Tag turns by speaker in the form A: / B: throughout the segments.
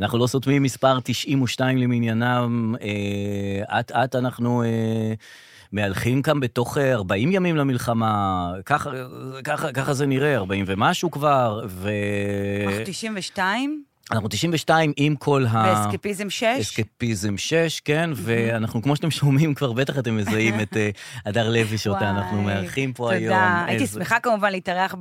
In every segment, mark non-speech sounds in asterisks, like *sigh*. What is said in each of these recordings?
A: אנחנו לא סותמים מספר 92 למניינם, אה, אט-אט אנחנו אה, מהלכים כאן בתוך אה, 40 ימים למלחמה, ככה, ככה, ככה זה נראה, 40 ומשהו כבר, ו... אה,
B: אנחנו 92,
A: אנחנו 92 עם כל ה...
B: באסקפיזם 6.
A: אסקפיזם 6, כן, ואנחנו, כמו שאתם שומעים, כבר בטח אתם מזהים את אה, הדר לוי, שאותה אנחנו
B: וואי,
A: מארחים פה
B: תודה.
A: היום.
B: הייתי
A: איזה-
B: שמחה כמובן להתארח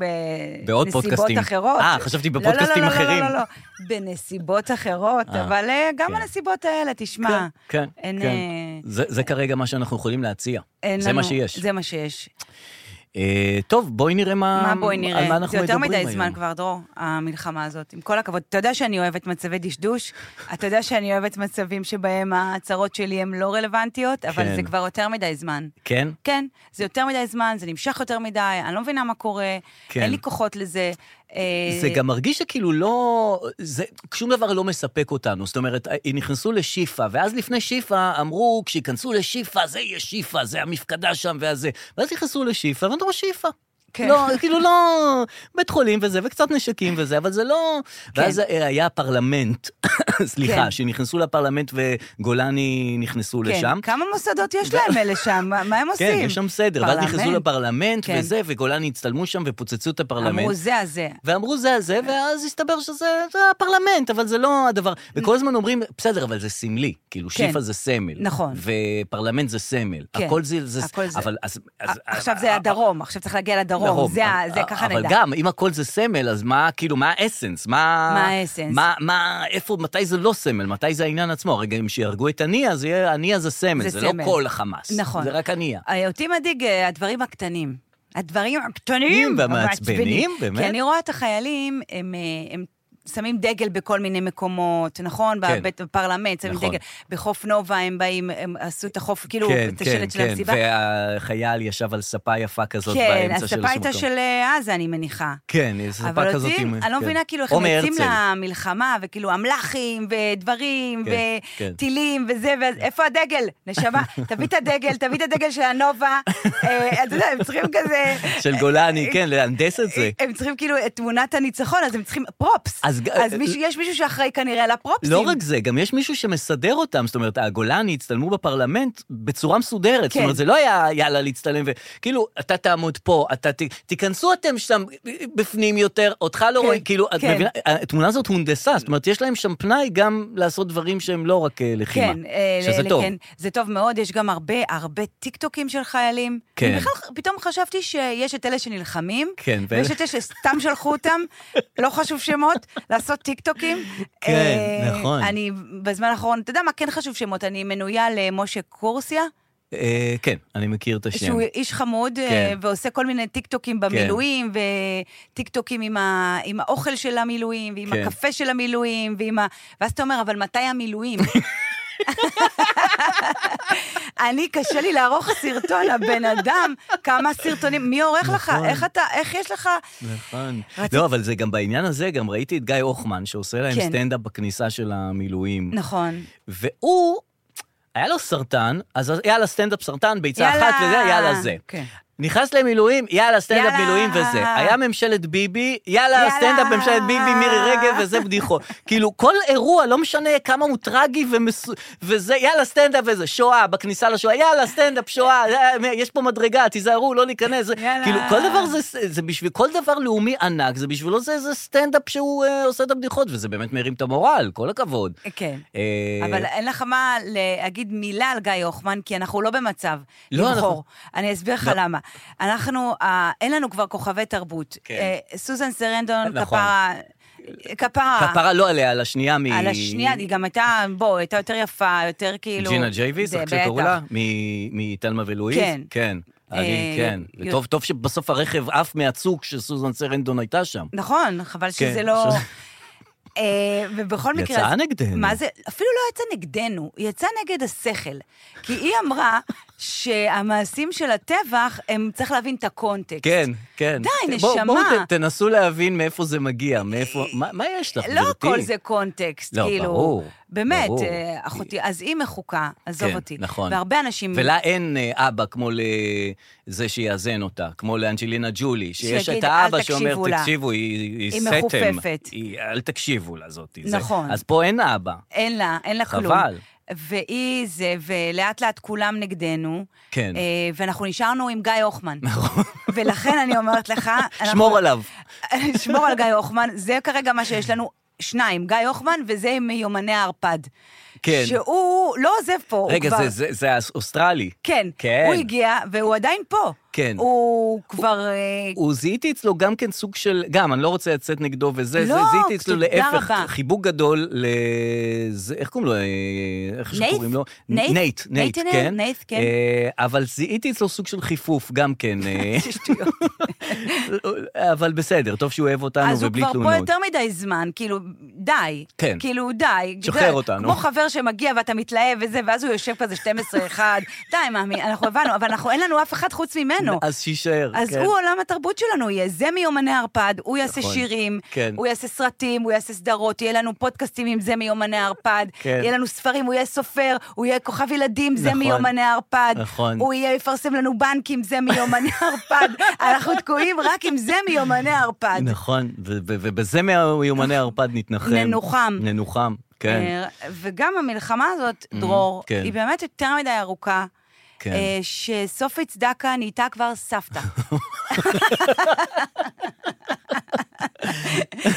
A: בעוד
B: בנסיבות
A: פודקאסטים.
B: אחרות.
A: אה, חשבתי
B: לא, לא,
A: בפודקאסטים
B: לא, לא,
A: אחרים.
B: לא, לא, לא, בנסיבות אחרות,
A: אה,
B: אבל אה, גם
A: כן.
B: הנסיבות האלה, תשמע,
A: כן, כן,
B: אין,
A: כן.
B: אה,
A: זה זה כרגע מה שאנחנו יכולים להציע.
B: אין
A: זה
B: לנו-
A: מה שיש.
B: זה מה שיש.
A: אה, טוב, בואי נראה מה...
B: מה בואי נראה?
A: על מה אנחנו
B: זה יותר
A: מדברים
B: מדי
A: היום.
B: זמן כבר, דרור, המלחמה הזאת. עם כל הכבוד, אתה יודע שאני אוהבת מצבי דשדוש, אתה יודע שאני אוהבת מצבים שבהם ההצהרות שלי הן לא רלוונטיות, אבל
A: כן.
B: זה כבר יותר מדי זמן.
A: כן?
B: כן, זה יותר מדי זמן, זה נמשך יותר מדי, אני לא מבינה מה קורה,
A: כן.
B: אין לי כוחות לזה. אה,
A: זה גם מרגיש שכאילו לא... זה, שום דבר לא מספק אותנו. זאת אומרת, אה, נכנסו לשיפא, ואז לפני שיפא אמרו, כשייכנסו לשיפא, זה יהיה שיפא, זה המפקדה שם והזה. ואז נכנסו לשיפא, ואמרו שיפא.
B: כן.
A: לא, כאילו לא... בית חולים וזה, וקצת נשקים וזה, אבל זה לא...
B: כן.
A: ואז היה הפרלמנט, *coughs* סליחה,
B: כן.
A: שנכנסו לפרלמנט וגולני נכנסו לשם.
B: כן, כמה מוסדות יש להם אלה שם? מה- מה הם עושים?
A: כן, יש שם סדר. ואז נכנסו
B: פרלמנט.
A: לפרלמנט
B: כן.
A: וזה, וגולני הצטלמו שם ופוצצו את הפרלמנט.
B: אמרו זה כן. הזה.
A: ואמרו זה זה, ואז הסתבר שזה זה הפרלמנט, אבל זה לא הדבר. וכל הזמן אומרים, בסדר, אבל זה סמלי. כאילו,
B: כן.
A: שיפא זה סמל.
B: נכון.
A: ופרלמנט זה סמל.
B: כן,
A: הכל זה... זה
B: הכל זה.
A: אבל אז... אז- אה,
B: עכשיו זה הדרום, עכשיו צריך להגיע לדרום,
A: דרום.
B: זה ה- זה
A: אה, אבל-
B: ככה נדע.
A: אבל גם, אם הכל זה סמל, אז מה, כאילו, מה האסנס? מה...
B: מה האסנס?
A: מה, מה, איפה, מתי זה לא סמל? מתי זה העניין עצמו? הרי גם שיהרגו את הנייה, אז יהיה, הנייה זה סמל,
B: זה
A: זה
B: סמל.
A: לא כל החמאס.
B: נכון.
A: זה רק הנייה.
B: אה, אותי מדאיג אה, הדברים הקטנים. הדברים הקטנים
A: והמעצבנים, באמת?
B: כי אני רואה את החיילים, הם... אה, הם שמים דגל בכל מיני מקומות, נכון?
A: כן.
B: בבית הפרלמנט, שמים
A: נכון.
B: דגל. בחוף נובה הם באים, הם עשו את החוף, כאילו,
A: כן,
B: את
A: כן,
B: השלט של
A: כן.
B: המסיבה.
A: והחייל ישב על ספה יפה כזאת
B: כן,
A: באמצע של
B: הספה הייתה
A: מקום.
B: של אה, עזה, אני מניחה.
A: כן, איזה ספה
B: אבל
A: כזאת
B: יוצאים,
A: עם...
B: אני לא
A: כן.
B: מבינה כאילו איך
A: או
B: הם יוצאים
A: מהרצל.
B: למלחמה, וכאילו אמל"חים, ודברים,
A: כן, כן.
B: וטילים, וזה, ואז איפה הדגל?
A: *laughs*
B: נשמה, תביא את הדגל, תביא את הדגל של הנובה. אה, אתה יודע, הם צריכים כזה...
A: של
B: *laughs*
A: גולני, כן, להנדס את זה.
B: הם צריכים כאילו את תמונת הניצחון, אז הם צריכים פרופס.
A: אז
B: אז,
A: ג- אה,
B: מישהו, יש מישהו שאחראי כנראה לפרופסים.
A: לא רק זה, גם יש מישהו שמסדר אותם, זאת אומרת, הגולני הצטלמו בפרלמנט בצורה מסודרת. זאת
B: כן.
A: אומרת, זה לא היה יאללה להצטלם, וכאילו, אתה תעמוד פה, אתה ת... תיכנסו אתם שם בפנים יותר, אותך לא
B: כן,
A: רואים, כאילו, את
B: כן.
A: מבינה, התמונה הזאת הונדסה, זאת אומרת, יש להם שם פנאי גם לעשות דברים שהם לא רק אה, לחימה.
B: כן, אה,
A: שזה
B: ל-
A: טוב.
B: כן, זה טוב מאוד, יש גם הרבה, הרבה טיקטוקים של חיילים.
A: כן.
B: אני בכלל, פתאום חשבתי שיש את אלה שנלחמים,
A: כן, ואלה-
B: ויש את אלה שסתם שלחו
A: *laughs*
B: אותם, לא חשוב שמות, לעשות טיקטוקים.
A: כן,
B: אה,
A: נכון.
B: אני, בזמן האחרון, אתה יודע מה, כן חשוב שמות, אני מנויה למשה קורסיה,
A: אה, כן, אני מכיר את השם.
B: שהוא איש חמוד, אה,
A: כן.
B: ועושה כל מיני טיקטוקים במילואים, וטיקטוקים עם, ה... עם האוכל של המילואים, ועם
A: כן.
B: הקפה של המילואים, ועם ה... ואז אתה אומר, אבל מתי
A: *laughs*
B: המילואים? אני, קשה לי לערוך סרטון, הבן אדם, כמה סרטונים, מי עורך לך?
A: נכון.
B: איך אתה, איך יש לך...
A: נכון.
B: רציתי-
A: לא, אבל זה גם בעניין הזה, גם ראיתי את גיא הוחמן, שעושה להם
B: כן.
A: סטנדאפ בכניסה של המילואים.
B: נכון.
A: והוא, היה לו סרטן, אז יאללה, סטנדאפ סרטן, ביצה
B: יאללה.
A: אחת וזה, יאללה זה.
B: כן.
A: נכנס למילואים, יאללה, סטנדאפ
B: יאללה.
A: מילואים וזה. היה ממשלת ביבי, יאללה,
B: יאללה.
A: סטנדאפ ממשלת ביבי, מירי רגב וזה
B: *laughs*
A: בדיחות. כאילו, כל אירוע, לא משנה כמה הוא טרגי ומס... וזה, יאללה, סטנדאפ וזה. שואה, בכניסה לשואה, יאללה, סטנדאפ, שואה, אה, יש פה מדרגה, תיזהרו, לא להיכנס. זה-
B: יאללה.
A: כאילו, כל דבר זה, זה בשביל, כל דבר לאומי ענק, זה בשבילו זה איזה סטנדאפ שהוא אה, עושה את הבדיחות, וזה באמת מרים את המורל, כל הכבוד.
B: כן.
A: אה,
B: אבל אין לך מה להגיד מילה על גיא הוחמן, כי אנחנו לא במצב
A: לא, אנחנו-
B: לבחור. אני אסביר לך
A: לא.
B: למה. אנחנו, אה, אין לנו כבר כוכבי תרבות.
A: כן.
B: אה, סוזן סרנדון,
A: נכון.
B: כפרה... כפרה.
A: כפרה לא עליה, על השנייה מ...
B: על השנייה, היא גם הייתה, בוא, הייתה יותר יפה, יותר כאילו...
A: ג'ינה ג'ייביס,
B: זה
A: איך שקראו
B: בטח.
A: לה? מ- מתלמה ולואיז?
B: כן.
A: כן. אני,
B: אה,
A: כן.
B: י-
A: וטוב טוב שבסוף הרכב עף מהצוק שסוזן סרנדון הייתה שם.
B: נכון, חבל
A: כן,
B: שזה לא...
A: ש-
B: אה, ובכל
A: יצאה
B: מקרה... אז-
A: נגדנו.
B: מה זה? אפילו לא יצא נגדנו, היא יצאה נגד השכל. כי היא אמרה שהמעשים של הטבח, הם, צריך להבין את הקונטקסט.
A: כן, כן.
B: די,
A: ת- בואו-
B: נשמה.
A: בואו ת- תנסו להבין מאיפה זה מגיע, מאיפה... מה מה יש לך,
B: לא
A: גברתי?
B: הכל זה קונטקסט,
A: לא,
B: כאילו.
A: ברור,
B: באמת,
A: ברור.
B: אה, אחותי, אז היא מחוקה, עזוב
A: כן,
B: אותי.
A: נכון.
B: והרבה אנשים...
A: ולה אין אה, אבא כמו לזה שיאזן אותה, כמו לאנג'לינה ג'ולי, שיש
B: שיגיד,
A: את האבא
B: "אל
A: שאומר,
B: תקשיבו לה".
A: תקשיבו, היא, היא
B: היא
A: סתם.
B: מכופפת.
A: היא, אל תקשיבו לה זאתי. זה-
B: נכון.
A: אז פה אין אבא.
B: אין לה, אין לה כלום.
A: חבל.
B: והיא זה, ולאט לאט כולם נגדנו.
A: כן.
B: אה, ואנחנו נשארנו עם גיא הוחמן. נכון. ולכן אני
A: *laughs*
B: אומרת לך... אנחנו-
A: שמור עליו.
B: *laughs* שמור על גיא הוחמן, זה כרגע מה שיש לנו. שניים, גיא הוחמן וזה עם יומני הערפד.
A: כן.
B: שהוא לא עוזב פה, הוא
A: רגע,
B: כבר...
A: זה, זה, זה האוסטרלי.
B: כן.
A: כן.
B: הוא הגיע, והוא עדיין פה.
A: כן.
B: הוא כבר... אה,
A: הוא זיהיתי אצלו גם כן סוג של, גם, אני לא רוצה לצאת נגדו וזה,
B: לא,
A: זה, זיהיתי אצלו
B: תודה
A: להפך,
B: רבה.
A: חיבוק גדול לזה, איך קוראים לו, אה, איך
B: נייט?
A: שקוראים לו?
B: נייט?
A: נייט, נייט,
B: נייתנל?
A: כן.
B: נייט, כן.
A: אה, אבל זיהיתי אצלו סוג של חיפוף גם כן, אה, *laughs*
B: שטויות.
A: אבל בסדר, טוב שהוא אוהב אותנו
B: אז הוא
A: ובלי
B: כבר פה
A: תלונות.
B: יותר מדי זמן, כאילו, די.
A: כן.
B: כאילו, די.
A: שחרר
B: זה
A: אותנו.
B: כמו חבר שמגיע ואתה מתלהב וזה, ואז הוא יושב כזה 12-1.
A: *laughs*
B: די, מאמי, אנחנו הבנו, אבל אנחנו, אין לנו אף אחד חוץ ממנו.
A: אז שיישאר,
B: אז
A: כן.
B: הוא עולם התרבות שלנו יהיה, זה מיומני ערפד, הוא יעשה
A: נכון,
B: שירים,
A: כן.
B: הוא יעשה סרטים, הוא יעשה סדרות, יהיה לנו פודקאסטים עם זה מיומני ערפד,
A: כן.
B: יהיה לנו ספרים, הוא יהיה סופר, הוא יהיה כוכב ילדים, זה
A: נכון,
B: מיומני ערפד,
A: נכון.
B: הוא יהיה יפרסם לנו בנקים, זה מיומני *laughs* ערפד, אנחנו תקועים רק עם זה מיומני ערפד.
A: נכון, ו- ו- ובזה מיומני ערפד נתנחם.
B: ננוחם.
A: ננוחם, כן.
B: אה, וגם המלחמה הזאת, דרור,
A: כן.
B: היא באמת יותר מדי ארוכה.
A: כן.
B: אה, שסופי צדקה נהייתה כבר
A: *laughs*
B: סבתא.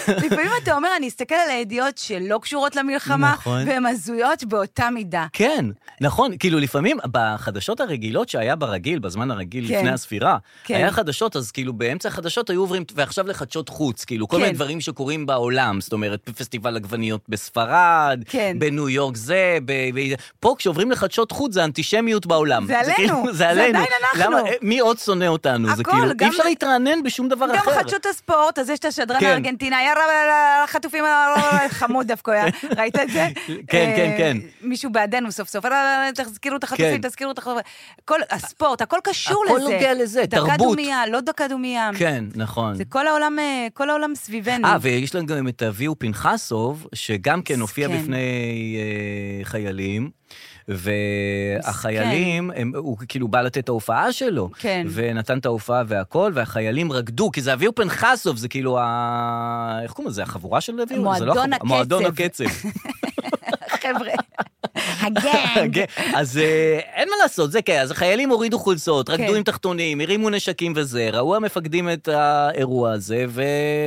B: לפעמים אתה אומר, אני אסתכל על הידיעות שלא קשורות למלחמה,
A: נכון.
B: והן הזויות באותה מידה.
A: כן, נכון, כאילו לפעמים בחדשות הרגילות שהיה ברגיל, בזמן הרגיל
B: כן.
A: לפני הספירה,
B: כן.
A: היה חדשות, אז כאילו באמצע החדשות היו עוברים, ועכשיו לחדשות חוץ, כאילו כל
B: כן.
A: מיני דברים שקורים בעולם, זאת אומרת, פסטיבל עגבניות בספרד,
B: כן.
A: בניו יורק זה, ב... ב... פה כשעוברים לחדשות חוץ זה אנטישמיות בעולם.
B: זה עלינו,
A: כאילו-
B: זה
A: זה עלינו.
B: עדיין אנחנו.
A: למה, מי עוד שונא אותנו? זה
B: הכל,
A: כאילו,
B: גם-
A: אי אפשר להתרענן בשום דבר
B: גם
A: אחר.
B: חדשות הספורט, אז יש את השדרן
A: כן.
B: הארגנטינאי, יאללה, החטופים, יאללה, חמוד דווקא היה, ראית את זה?
A: *laughs* כן, כן,
B: אה,
A: כן.
B: מישהו בעדנו סוף סוף, יאללה, תזכירו את החטופים,
A: כן.
B: תזכירו את החטופים. כל הספורט, הכל קשור
A: הכל
B: לזה.
A: נוגע לזה,
B: דקה
A: תרבות.
B: דומייה, לא דקה דומייה.
A: כן, נכון.
B: זה כל העולם, אה, כל העולם סביבנו.
A: אה, ויש לנו גם את אביהו פנחסוב, שגם כן הופיע
B: מסכן.
A: בפני אה, חיילים, והחיילים, הם, הוא כאילו בא לתת את ההופעה שלו,
B: כן.
A: ונתן את ההופעה והכל, והחיילים רקדו, כי זה אביהו פנחסוב, זה כאילו ה... איך קוראים לזה? החבורה של אביהו? זה לא
B: מועדון
A: החבורה,
B: הקצב.
A: מועדון הקצב.
B: *laughs*
A: *laughs*
B: חבר'ה, הגנג.
A: אז אה, אין מה לעשות, זה כן, אז החיילים הורידו חולצות, רקדו
B: כן.
A: עם תחתונים, הרימו נשקים וזה, ראו המפקדים את האירוע הזה,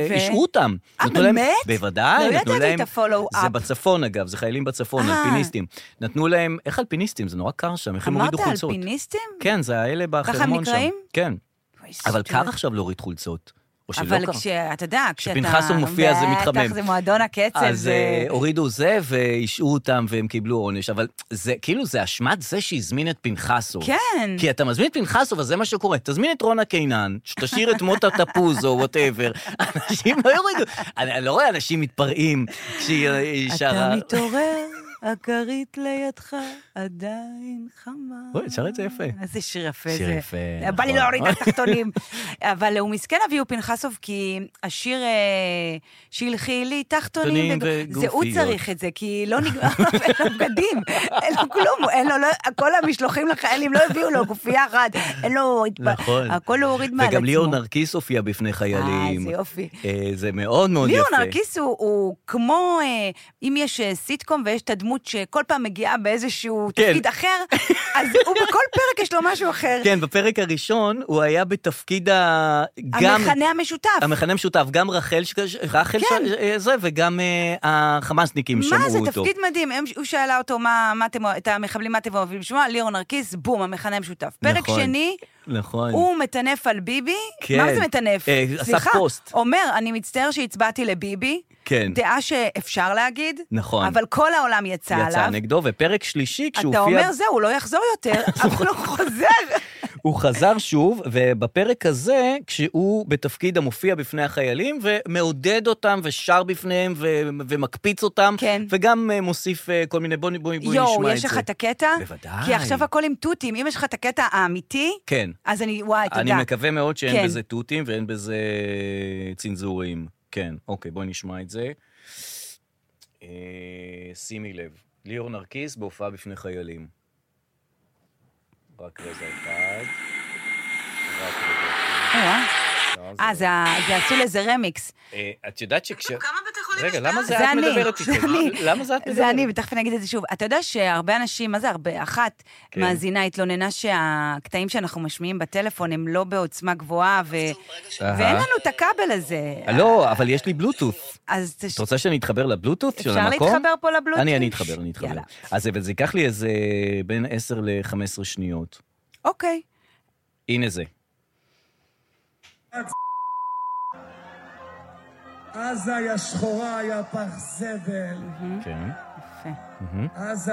A: והשעו אותם.
B: אה,
A: נתנו להם-
B: באמת?
A: בוודאי,
B: לא
A: נתנו
B: ידעתי
A: להם-
B: את ה-follow-up.
A: זה בצפון אגב, זה חיילים בצפון,
B: אה.
A: אלפיניסטים. נתנו להם, איך אלפיניסטים? זה נורא קר שם, איך הם
B: אמרת
A: הורידו חולצות?
B: אלפיניסטים?
A: כן, זה האלה בחרמון שם.
B: נקראים?
A: כן.
B: אוי,
A: אבל
B: שטויות.
A: קר עכשיו להוריד חולצות. או שלא
B: אבל
A: קר.
B: כשאתה יודע, כשאתה...
A: כשפנחסו מופיע, זה
B: בטח,
A: מתחמם.
B: זה מועדון הקצב,
A: אז
B: זה...
A: אה, הורידו זה והשעו אותם והם קיבלו עונש, אבל זה כאילו, זה אשמת זה שהזמין את פנחסוב.
B: כן.
A: כי אתה מזמין את פנחסוב, אז זה מה שקורה. תזמין את רונה קינן, שתשאיר את מוטה תפוז או וואטאבר. *laughs* אנשים לא יורידו. אני אני לא רואה אנשים מתפרעים כשהיא אה, היא שרה...
B: אתה מתעורר, הכרית לידך עדיין חמה.
A: אוי, את שרה את זה יפה.
B: איזה שיר יפה זה.
A: שיר יפה,
B: בא לי
A: נכון.
B: להוריד את התחתונים. *laughs* אבל הוא מסכן אביהו פנחסוב, כי השיר אה, שהלכי לי
A: תחתונים
B: תחתונים וגופיות. זה הוא
A: וגופיות.
B: צריך את זה, כי לא נגמר, *laughs* אין לו בגדים, אין לו כלום, אין לו, לא- כל המשלוחים לחיילים לא הביאו לו גופייה אחת, אין לו...
A: נכון.
B: הכל הוא הוריד מעל עצמו.
A: וגם ליאור נרקיס הופיע בפני חיילים.
B: אה, זה יופי.
A: אה, זה מאוד מאוד יפה.
B: ליאור נרקיס הוא, הוא כמו, אה, אם יש אה, סיטקום ויש את הדמות שכל פעם מגיעה באיזשהו
A: כן.
B: תפקיד
A: *laughs*
B: אחר, אז הוא בכל פרק יש לו משהו אחר.
A: כן, בפרק הראשון הוא היה בתפקיד ה... גם...
B: המכנה המשותף.
A: המכנה משותף, גם רחל, ש- רחל
B: כן.
A: ש- אה, זה, וגם אה, החמאסניקים שמעו
B: מה
A: אותו.
B: זה, תפקיד מדהים. הם- הוא שאלה אותו מה, מה אתם, את המחבלים, מה אתם אוהבים לשמוע, ליאור נרקיס, בום, המכנה המשותף. פרק
A: נכון.
B: שני,
A: נכון.
B: הוא מטנף על ביבי.
A: כן.
B: מה זה מטנף?
A: אה, עשה
B: סליחה,
A: פוסט.
B: אומר, אני מצטער שהצבעתי לביבי.
A: כן.
B: דעה שאפשר להגיד.
A: נכון.
B: אבל כל העולם יצא עליו.
A: יצא נגדו, ופרק שלישי, כשהוא
B: אתה
A: הופיע... *laughs*
B: אומר, זהו, הוא לא יחזור יותר, אבל הוא לא חוזר.
A: הוא חזר שוב, ובפרק הזה, כשהוא בתפקיד המופיע בפני החיילים, ומעודד אותם ושר בפניהם ו- ומקפיץ אותם,
B: כן.
A: וגם אה, מוסיף אה, כל מיני, בואי בוא, בוא נשמע את זה.
B: *laughs* יואו, יש לך את הקטע?
A: בוודאי.
B: כי עכשיו הכל עם תותים. אם יש לך את הקטע האמיתי,
A: כן.
B: אז אני, וואי, תודה.
A: אני מקווה מאוד שאין
B: כן.
A: בזה תותים ואין בזה צנזורים. כן, אוקיי, בואי נשמע את זה. אה, שימי לב, ליאור נרקיס בהופעה בפני חיילים. רק רגע אחד. רק רגע
B: אה, וואי.
A: אחד.
B: אה, זה ה- זה עשו לזה רמיקס.
A: אה, את יודעת שכש...
C: כמה בתי חולים יש
A: רגע, למה זה
B: זה
A: את
B: אני,
A: מדברת איתי?
B: זה אני.
A: למה זה את מדברת?
B: זה אני, ותכף אני אגיד את זה שוב. אתה יודע שהרבה אנשים, מה זה הרבה? אחת
A: כן.
B: מאזינה התלוננה שהקטעים שאנחנו משמיעים בטלפון הם לא בעוצמה גבוהה, ו-
A: אהה.
B: ואין לנו את הכבל הזה.
A: אה. לא, אבל יש לי בלוטות'.
B: אז תש-
A: את רוצה שאני אתחבר לבלוטות של
B: אפשר
A: המקום?
B: להתחבר פה לבלוטות'?
A: אני, אני אתחבר, אני אתחבר.
B: יאללה.
A: אז אבל זה ייקח לי איזה בין 10 ל-15 שניות.
B: אוקיי.
A: הנה זה.
D: עזה היה שחורה, היה פח זבל.
A: כן.
B: יפה.
D: עזה,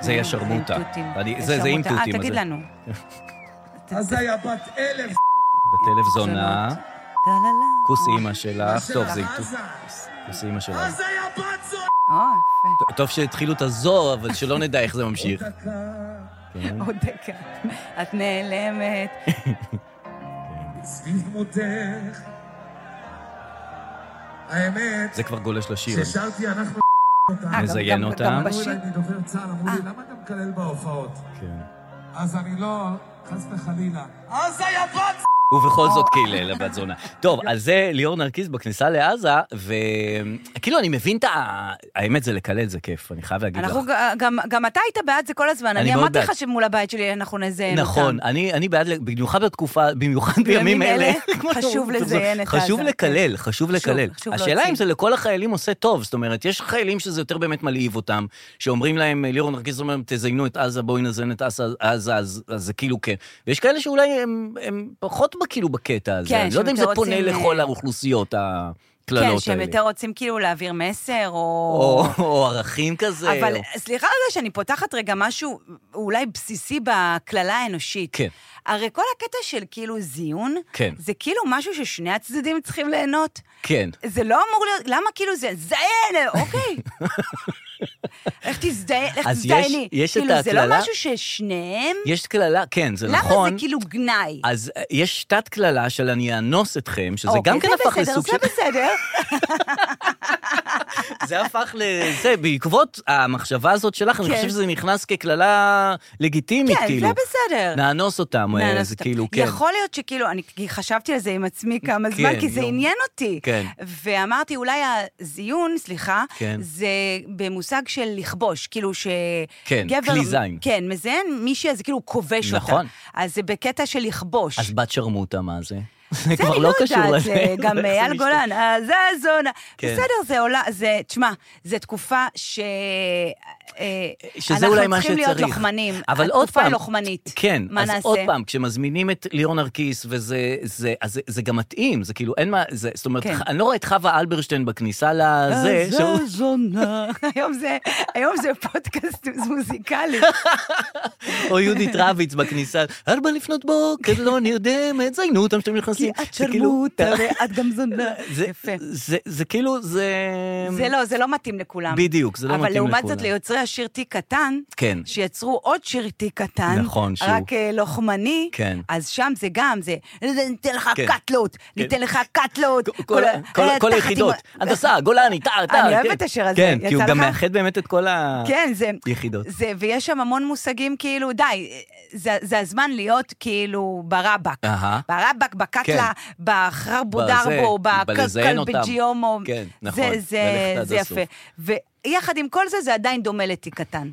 A: זה יהיה שרמוטה.
B: כן, עם תותים.
A: אני-
B: יש
A: זה זה עם
B: שרמוטה.
A: תותים.
B: אה, תגיד
A: אז זה-
B: לנו.
D: עזה היה בת אלף.
A: בטלף זונה,
B: שונות. טה-לה-לה.
A: כוס אימא שלך, טוב, זה איתו.
D: עזה,
A: כוס אימא שלך.
D: עזה היה בת זו.
B: או, אה, יפה.
A: ט- טוב שהתחילו את הזו, אבל שלא נדע איך זה ממשיך.
D: דקה,
A: כן.
B: עוד דקה.
A: *laughs*
B: את נעלמת.
D: סביב מותך. האמת,
A: זה כאילו. כבר גולש
B: *laughs*
A: לשיר.
D: כששרתי אנחנו אותה.
B: אה, גם-
A: מזיין
B: גם-
A: אותם.
B: גם
D: אמרו
B: בשיר.
D: אליי מדובר צה"ל, אמרו לי, למה אתה מקלל בהופעות?
A: כן.
D: אז אני לא, חס וחלילה. עזה היה בת זו.
A: ובכל זאת קילל, הבת זונה. טוב, אז זה ליאור נרקיס בכניסה לעזה, וכאילו, אני מבין את ה... האמת, זה לקלל זה כיף, אני חייב להגיד לך.
B: אנחנו ג- גם- גם אתה היית בעד זה כל הזמן.
A: אני
B: אני
A: מאוד
B: אמרתי
A: בעד.
B: לך שמול הבית שלי אנחנו נזיין אותם.
A: נכון, אני, אני בעד, ל- במיוחד בתקופה, במיוחד בימים
B: בימים
A: אלה,
B: אלה,
A: כמו
B: *laughs*
A: *laughs*
B: חשוב
A: שאומרים,
B: לזיין את
A: חשוב
B: עזה,
A: לקלל, חשוב לקלל.
B: חשוב
A: השאלה
B: להוציא.
A: אם זה לכל החיילים עושה טוב, זאת אומרת, יש חיילים שזה יותר באמת מלהיב אותם, שאומרים להם, אה, לירון נרקיס אומר, תזיינו את עזה, בואי נזיין את עזה, עזה", אז אז זה כאילו כן. ויש כאלה שאולי הם, הם פחות ב- כאילו בקטע הזה,
B: כן,
A: אני לא יודע אם זה
B: שהם יותר
A: פונה
B: רוצים,
A: לכל
B: אה,
A: האוכלוסיות הקללות האלה.
B: כן, שהם יותר רוצים כאילו להעביר מסר,
A: לא, או,
B: או...
A: או ערכים כזה.
B: אבל
A: או-
B: סליחה רגע שאני פותחת רגע משהו אולי בסיסי בקללה האנושית.
A: כן.
B: הרי כל הקטע של כאילו זיון,
A: כן.
B: זה כאילו משהו ששני הצדדים צריכים ליהנות.
A: כן.
B: זה לא אמור להיות, למה כאילו זה, זיין,
A: *laughs*
B: אוקיי. איך תזדיין, איך
A: אז יש-
B: תזדייני.
A: יש את
B: כאילו, זה לא
A: ההקללה-
B: משהו ששניהם...
A: יש קללה, כן, זה
B: למה
A: נכון.
B: זה כאילו גנאי?
A: אז אה, יש תת קללה של אני אאנוס אתכם, שזה
B: אוקיי,
A: גם כן הפך
B: בסדר,
A: לסוג של...
B: זה
A: *laughs*
B: בסדר.
A: זה הפך לזה, בעקבות המחשבה הזאת שלך, אני
B: כן.
A: חושב שזה נכנס כקללה לגיטימית,
B: כן,
A: כאילו.
B: זה בסדר.
A: נאנוס אותם, אה,
B: נאנוס
A: זה
B: אותם.
A: כאילו, כן.
B: יכול להיות שכאילו, אני כי חשבתי על זה עם עצמי כמה
A: כן,
B: זמן, כי זה
A: יום.
B: עניין אותי.
A: כן.
B: ואמרתי, אולי הזיון, סליחה,
A: כן.
B: זה במושג של לכבוש, כאילו
A: כן,
B: שגבר...
A: כלי זין.
B: כן, מזיין מישהי, אז כאילו הוא כובש אותה.
A: נכון.
B: אז זה בקטע של לכבוש.
A: אז בת שרמוטה, מה זה? זה
B: זה
A: כבר
B: אני
A: לא
B: יודעת,
A: קשור
B: זה
A: לזה. *laughs*
B: גם
A: איך זה
B: אייל
A: משתנה?
B: גולן, אה, זה הזונה.
A: כן.
B: בסדר, זה עולה, זה, תשמע, זו תקופה ש... אה,
A: שזה אולי מה שצריך.
B: אנחנו צריכים להיות לוחמנים.
A: אבל עוד פעם...
B: התקופה היא לוחמנית.
A: כן,
B: מה
A: אז
B: נעשה?
A: עוד פעם, כשמזמינים את ליאור נרקיס, וזה, זה, אז זה, זה גם מתאים, זה כאילו, אין מה, זה, זאת אומרת,
B: כן. אה,
A: אני לא רואה את חווה אלברשטיין בכניסה לזה, שהוא-
B: זונה. *laughs* היום זה, היום זה פודקאסט
A: *laughs*
B: מוזיקלי.
A: או יהודית רביץ בכניסה, ארבע לפנות בוקר, לא נרדמת, זיינו אותם שאתם נכנסים. זה כאילו-
B: ואת גם זונה.
A: זה-
B: יפה.
A: זה- זה כאילו, זה...
B: זה לא, זה לא מתאים לכולם.
A: בדיוק, זה לא מתאים
B: אבל לעומת
A: לכולם.
B: זאת, ליוצרי השיר תיק קטן,
A: כן.
B: שיצרו עוד שיר תיק קטן,
A: נכון, שהוא-
B: רק אה, לוחמני,
A: כן.
B: אז שם זה גם, זה, ניתן לך
A: כן.
B: קאטלות, ניתן לך קאטלות.
A: כל- כל- כל-
B: אה,
A: כל
B: תחת
A: היחידות,
B: עם-
A: הנדסה, גולני, טה, טה.
B: אני אוהבת
A: כן.
B: את השיר הזה,
A: כן, כי הוא
B: יצא
A: גם
B: לך?
A: מאחד באמת את כל ה...
B: כן, זה...
A: יחידות.
B: זה, ויש שם המון מושגים כאילו, די, זה, זה הזמן להיות כאילו ברבק.
A: אהה.
B: ברבק, בקטלה, בחרבודרבו,
A: אה? כן. בזה, בלזיין אותם.
B: בקלבג'יומו.
A: כן, נכון,
B: זה, זה,
A: ללכת עד
B: זה
A: הסוף.
B: יפה.
A: *laughs*
B: ויחד עם כל זה, זה עדיין דומה לתיק קטן.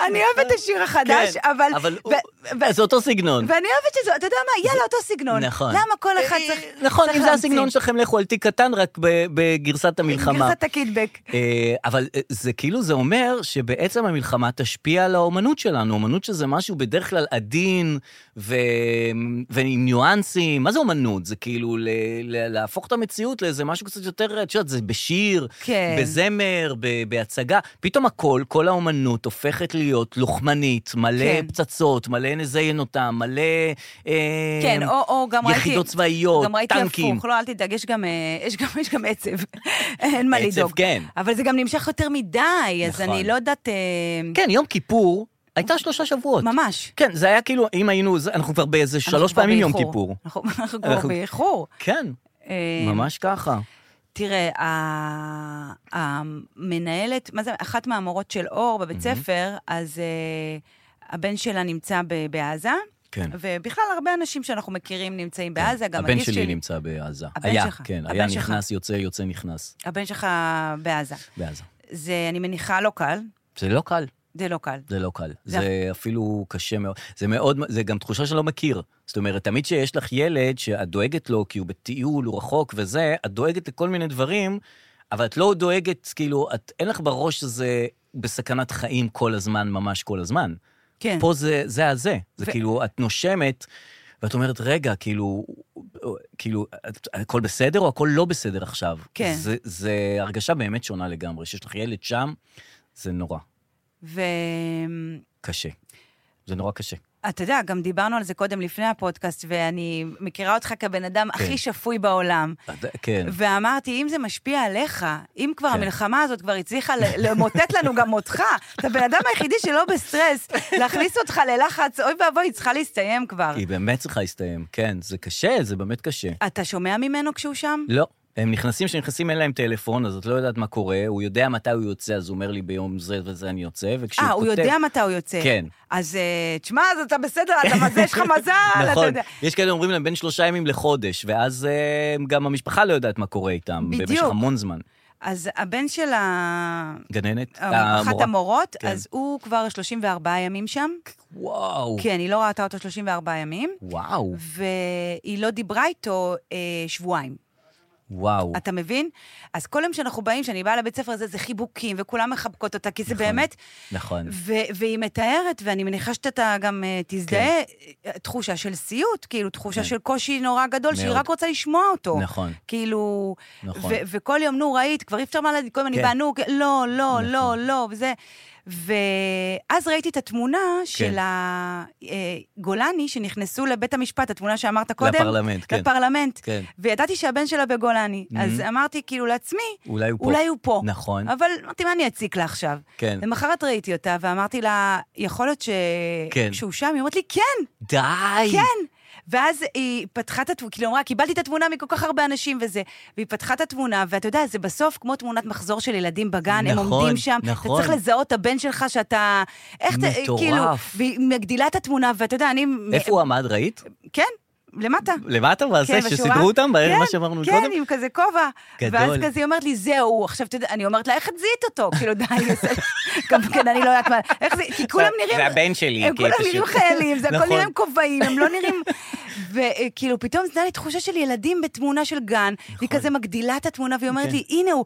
B: אני אוהבת את השיר החדש, אבל...
A: נכון. כן, אבל
B: ו-
A: הוא-
B: ו-
A: זה אותו סגנון.
B: ואני אוהבת שזה, אתה יודע מה, יאללה, אותו סגנון.
A: נכון.
B: למה כל אחד צריך
A: נכון,
B: צריך
A: אם זה
B: להמציא?
A: הסגנון שלכם, לכו על תיק קטן, רק ב- בגרסת המלחמה.
B: גרסת הקידבק.
A: אה, אבל אה, זה כאילו, זה אומר שבעצם המלחמה תשפיע על האומנות שלנו. אומנות שזה משהו בדרך כלל עדין ו... ועם ניואנסים. מה זה אומנות? זה כאילו ל... ל... להפוך את המציאות לאיזה משהו קצת יותר, את יודעת, זה בשיר,
B: כן.
A: בזמר, ב... בהצגה. פתאום הכל, כל האומנות הופכת להיות לוחמנית, מלא
B: כן.
A: פצצות, מלא נזיין אותה, מלא... אה,
B: כן, או, או גם ראיתי...
A: יחידות צבאיות,
B: גם ראיתי
A: טנקים.
B: הפוך, לא, אל תדאג, יש גם, אה, יש גם, יש גם עצב. *laughs* אין מה
A: עצב,
B: לדאוג.
A: כן.
B: אבל זה גם נמשך יותר מדי, אז
A: נכון.
B: אני לא יודעת... אה,
A: כן, יום כיפור הייתה שלושה שבועות.
B: ממש.
A: כן, זה היה כאילו, אם היינו, זה- אנחנו כבר באיזה
B: אנחנו
A: שלוש
B: כבר
A: פעמים יום
B: באיחור.
A: כיפור.
B: אנחנו אנחנו כבר
A: אנחנו-
B: באיחור.
A: כן,
B: אה,
A: ממש ככה.
B: תראה, ה- המנהלת, מה זה, אחת מהמורות של אור בבית ספר, אז אה, הבן שלה נמצא ב- בעזה,
A: כן.
B: ובכלל הרבה אנשים שאנחנו מכירים נמצאים בעזה, גם
A: הבן
B: הגיס
A: שלי
B: שלי.
A: נמצא בעזה.
B: הבן
A: היה,
B: שלך,
A: כן,
B: הבן
A: היה
B: שלך.
A: נכנס, יוצא, יוצא, נכנס
B: הבן שלך בעזה.
A: בעזה.
B: זה, אני מניחה, לא קל.
A: זה לא קל,
B: זה לא קל.
A: זה לא קל.
B: זה-
A: זה אפילו קשה מאוד. זה מאוד, זה גם תחושה שלא מכיר. זאת אומרת, תמיד שיש לך ילד שאת דואגת לו, כי הוא בטיול, הוא רחוק וזה, את דואגת לכל מיני דברים, אבל את לא דואגת, כאילו, את, אין לך בראש שזה בסכנת חיים כל הזמן, ממש כל הזמן.
B: כן.
A: פה זה, זה הזה. זה
B: ו-
A: ו... כאילו, את נושמת, ואת אומרת, רגע, כאילו, כאילו, את- הכל בסדר או הכל לא בסדר עכשיו?
B: כן.
A: זה, זה הרגשה באמת שונה לגמרי. שיש לך ילד שם, זה נורא
B: ואתה
A: קשה. זה נורא קשה.
B: יודע, גם דיברנו על זה קודם לפני הפודקאסט, ואני מכירה אותך כבן אדם כן. הכי שפוי בעולם.
A: את- כן.
B: ואמרתי, אם זה משפיע עליך, אם כבר כן.
A: כן.
B: המלחמה הזאת כבר הצליחה ל- למוטט לנו גם אותך, אתה הבן אדם היחידי שלא בסטרס, להכניס אותך ללחץ, אוי ואבוי, היא צריכה להסתיים כבר.
A: היא באמת צריכה להסתיים, כן. זה קשה, זה באמת קשה.
B: אתה שומע ממנו כשהוא שם?
A: לא. הם נכנסים, כשנכנסים אין להם טלפון, אז את לא יודעת מה קורה, הוא יודע מתי הוא יוצא, אז הוא אומר לי ביום זה וזה אני יוצא, וכשהוא
B: אה, הוא
A: כותב-
B: יודע מתי הוא יוצא.
A: כן.
B: אז אה, תשמע, אז אתה בסדר, אתה מזה, יש לך מזל, אתה
A: נכון,
B: יודע.
A: יש כאלה אומרים להם בין שלושה ימים לחודש, ואז אה, גם המשפחה לא יודעת מה קורה איתם,
B: בדיוק.
A: במשך המון זמן.
B: אז הבן של ה...
A: גננת,
B: אמ, אחת המורות,
A: כן. אוקיי.
B: אז הוא כבר 34 ימים שם.
A: וואו,
B: כן, היא לא ראתה אותו 34 ימים,
A: וואו,
B: והיא לא דיברה איתו אה, שבועיים.
A: וואו.
B: אתה מבין? אז כל יום שאנחנו באים, שאני באה לבית ספר הזה, זה חיבוקים, וכולם מחבקות אותה, כי זה
A: נכון.
B: באמת...
A: נכון.
B: ו- והיא מתארת, ואני מניחה שאתה גם אה, תזדהה, אה, תחושה של סיוט, כאילו, תחושה
A: כן.
B: של קושי נורא גדול, שהיא
A: מאוד.
B: רק רוצה לשמוע אותו.
A: נכון.
B: כאילו,
A: נכון.
B: ו- וכל יום, נו, ראית, כבר אי אפשר מה להגיד, כל יום אני
A: כן.
B: באה, נו, כן, לא, לא,
A: נכון.
B: לא, לא, וזה. ואז ראיתי את התמונה
A: כן.
B: של הגולני שנכנסו לבית המשפט, התמונה שאמרת קודם.
A: לפרלמנט, כן.
B: לפרלמנט.
A: כן. Mm-hmm.
B: וידעתי שהבן שלה בגולני. אז אמרתי כאילו לעצמי,
A: אולי הוא פה.
B: אולי הוא פה.
A: נכון.
B: אבל אמרתי, מה אני אציק לה עכשיו?
A: כן.
B: למחרת ראיתי אותה ואמרתי לה, יכול להיות ש...
A: כן. Mm.
B: כשהוא שם, היא אומרת לי, כן,
A: די!
B: כן. ואז היא פתחה את התמונה, כאילו אמרה, קיבלתי את התמונה מכל כך הרבה אנשים וזה. והיא פתחה את התמונה, ואתה יודע, זה בסוף כמו תמונת מחזור של ילדים בגן, הם
A: נכון,
B: עומדים שם,
A: נכון.
B: אתה צריך לזהות את הבן שלך שאתה... איך אתה,
A: מטורף.
B: כאילו, והיא מגדילה את התמונה, ואתה יודע, אני...
A: איפה הוא עמד, ראית?
B: כן, למטה.
A: למטה, בזה
B: בשורה.
A: שסידרו אותם,
B: כן,
A: מה שאמרנו
B: כן,
A: קודם?
B: עם כזה כובע.
A: גדול.
B: ואז כזה היא אומרת לי, זהו. עכשיו, אתה יודע, אני אומרת לה, איך את זיהית אותו? כאילו, די, זה- גם כן, אני לא יודעת מה, איך זה, כי כולם
A: זה-
B: נראים...
A: זה הבן שלי,
B: הם
A: כי
B: כולם
A: פשוט-
B: נראים חיילים, זה
A: *laughs*
B: הכל
A: נכון.
B: נראים כובעים, הם לא נראים... וכאילו, פתאום זה נראה לי תחושה של ילדים בתמונה של גן, והיא כזה מגדילה את התמונה, והיא אומרת
A: נכון. כן.
B: לי, הנה הוא.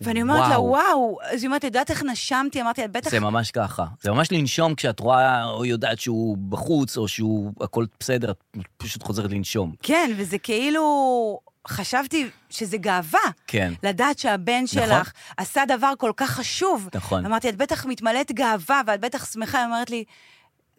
B: ואני אומרת לה,
A: וואו.
B: וואו. אז היא אומרת, "את יודעת איך נשמתי? אמרתי לה, בטח
A: זה ממש ככה. זה ממש לנשום כשאת רואה או יודעת שהוא בחוץ, או שהוא הכל בסדר, את פשוט חוזרת לנשום.
B: כן, וזה כאילו... חשבתי שזה גאווה.
A: כן.
B: לדעת שהבן שלך עשה דבר כל כך חשוב.
A: נכון.
B: אמרתי, את בטח מתמלאת גאווה ואת בטח שמחה. היא אומרת לי,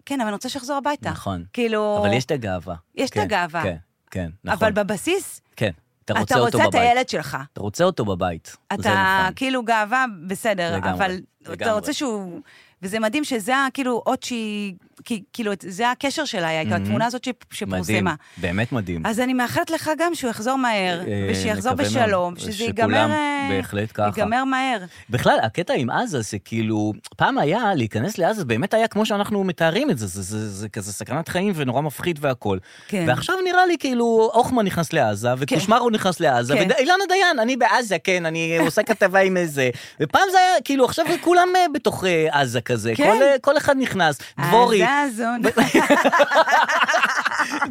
B: כן, אבל אני רוצה שיחזור הביתה.
A: נכון.
B: כאילו...
A: אבל יש את הגאווה.
B: יש את
A: כן,
B: הגאווה.
A: כן, כן, נכון.
B: אבל בבסיס,
A: כן, אתה
B: אתה
A: רוצה
B: רוצה,
A: אותו
B: את
A: בבית.
B: הילד שלך.
A: אתה רוצה אותו בבית. זה
B: אתה
A: נכון.
B: כאילו גאווה, בסדר,
A: לגמרי,
B: אבל אתה
A: לגמרי.
B: רוצה שהוא... וזה מדהים שזה ה- כאילו אות שהיא כי, כאילו, את- זה הקשר שלה, היה איתו,
A: מהמם.
B: התמונה הזאת ש-
A: מדהים,
B: שפורסמה.
A: באמת מדהים.
B: כאילו אז אני מאחלת לך גם שהוא יחזור מהר,
A: אה,
B: ושיחזור
A: נקווה
B: בשלום,
A: מאוד,
B: שזה
A: שכולם
B: ייגמר... אה,
A: בהחלט ככה.
B: ייגמר מהר.
A: בכלל, הקטע עם עזה זה כאילו, פעם היה, להיכנס לעזה, באמת היה כמו שאנחנו מתארים את זה, זה, זה, זה כזה סכנת חיים ונורא מפחיד והכול.
B: כן.
A: ועכשיו נראה לי כאילו, הוחמן נכנס לעזה, וקושמרו נכנס לעזה,
B: כן.
A: ואילנה דיין, אני בעזה, כן, אני עושה כתבה עם איזה. ופעם זה היה, כאילו, עכשיו כולם אה, בתוך אה, עזה כזה,
B: כן.
A: כל, אה, כל אחד נכנס, דבורי,
B: אז זה הזון.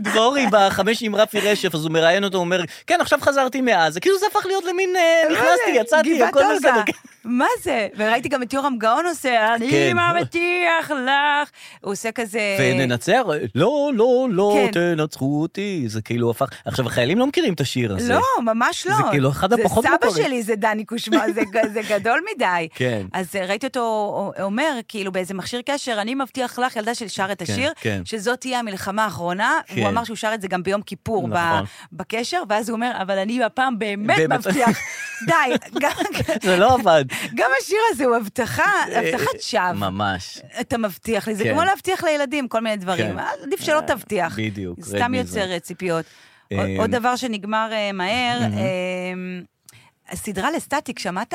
A: דבורי בחמש עם רפי רשף, אז הוא מראיין אותו, הוא אומר, כן, עכשיו חזרתי מעזה, כאילו זה הפך להיות למין, אה, *laughs* נכנסתי, יצאתי,
B: לא גבעת
A: הכל בסדר.
B: אולגה. מה זה? וראיתי גם את יורם גאון עושה, אני
A: כן.
B: מבטיח לך. הוא עושה כזה...
A: וננצח, לא, לא, לא,
B: אה. כן.
A: תנצחו אותי, זה כאילו הפך, עכשיו החיילים לא מכירים את השיר הזה.
B: לא, ממש לא.
A: זה כאילו אחד הפחות
B: זה סבא
A: מוכרים.
B: שלי, זה דני קושמר, זה ג- זה גדול מדי.
A: *laughs* כן.
B: אז אה, ראיתי אותו אומר, כאילו, באיזה מכשיר קשר, אני מבטיח לך, ילדה ששר את השיר,
A: כן.
B: שזאת תהיה המלחמה האחרונה.
A: כן.
B: הוא אמר שהוא שר את זה גם ביום כיפור ב-
A: נכון.
B: בקשר, ואז הוא אומר, אבל אני הפעם באמת
A: באמת." *laughs*
B: מבטיח. די, גם-
A: זה לא עבד.
B: גם השיר הזה הוא הבטחה, הבטחת שווא.
A: אה, ממש.
B: אתה מבטיח לי, זה
A: כן.
B: כמו להבטיח לילדים כל מיני דברים.
A: כן.
B: עדיף שלא תבטיח.
A: בדיוק,
B: זה
A: רד
B: סתם
A: מזה.
B: יוצר אה, ציפיות.
A: אה,
B: עוד- עוד דבר שנגמר אה, מהר, אה, הסדרה לסטטיק, שמעת?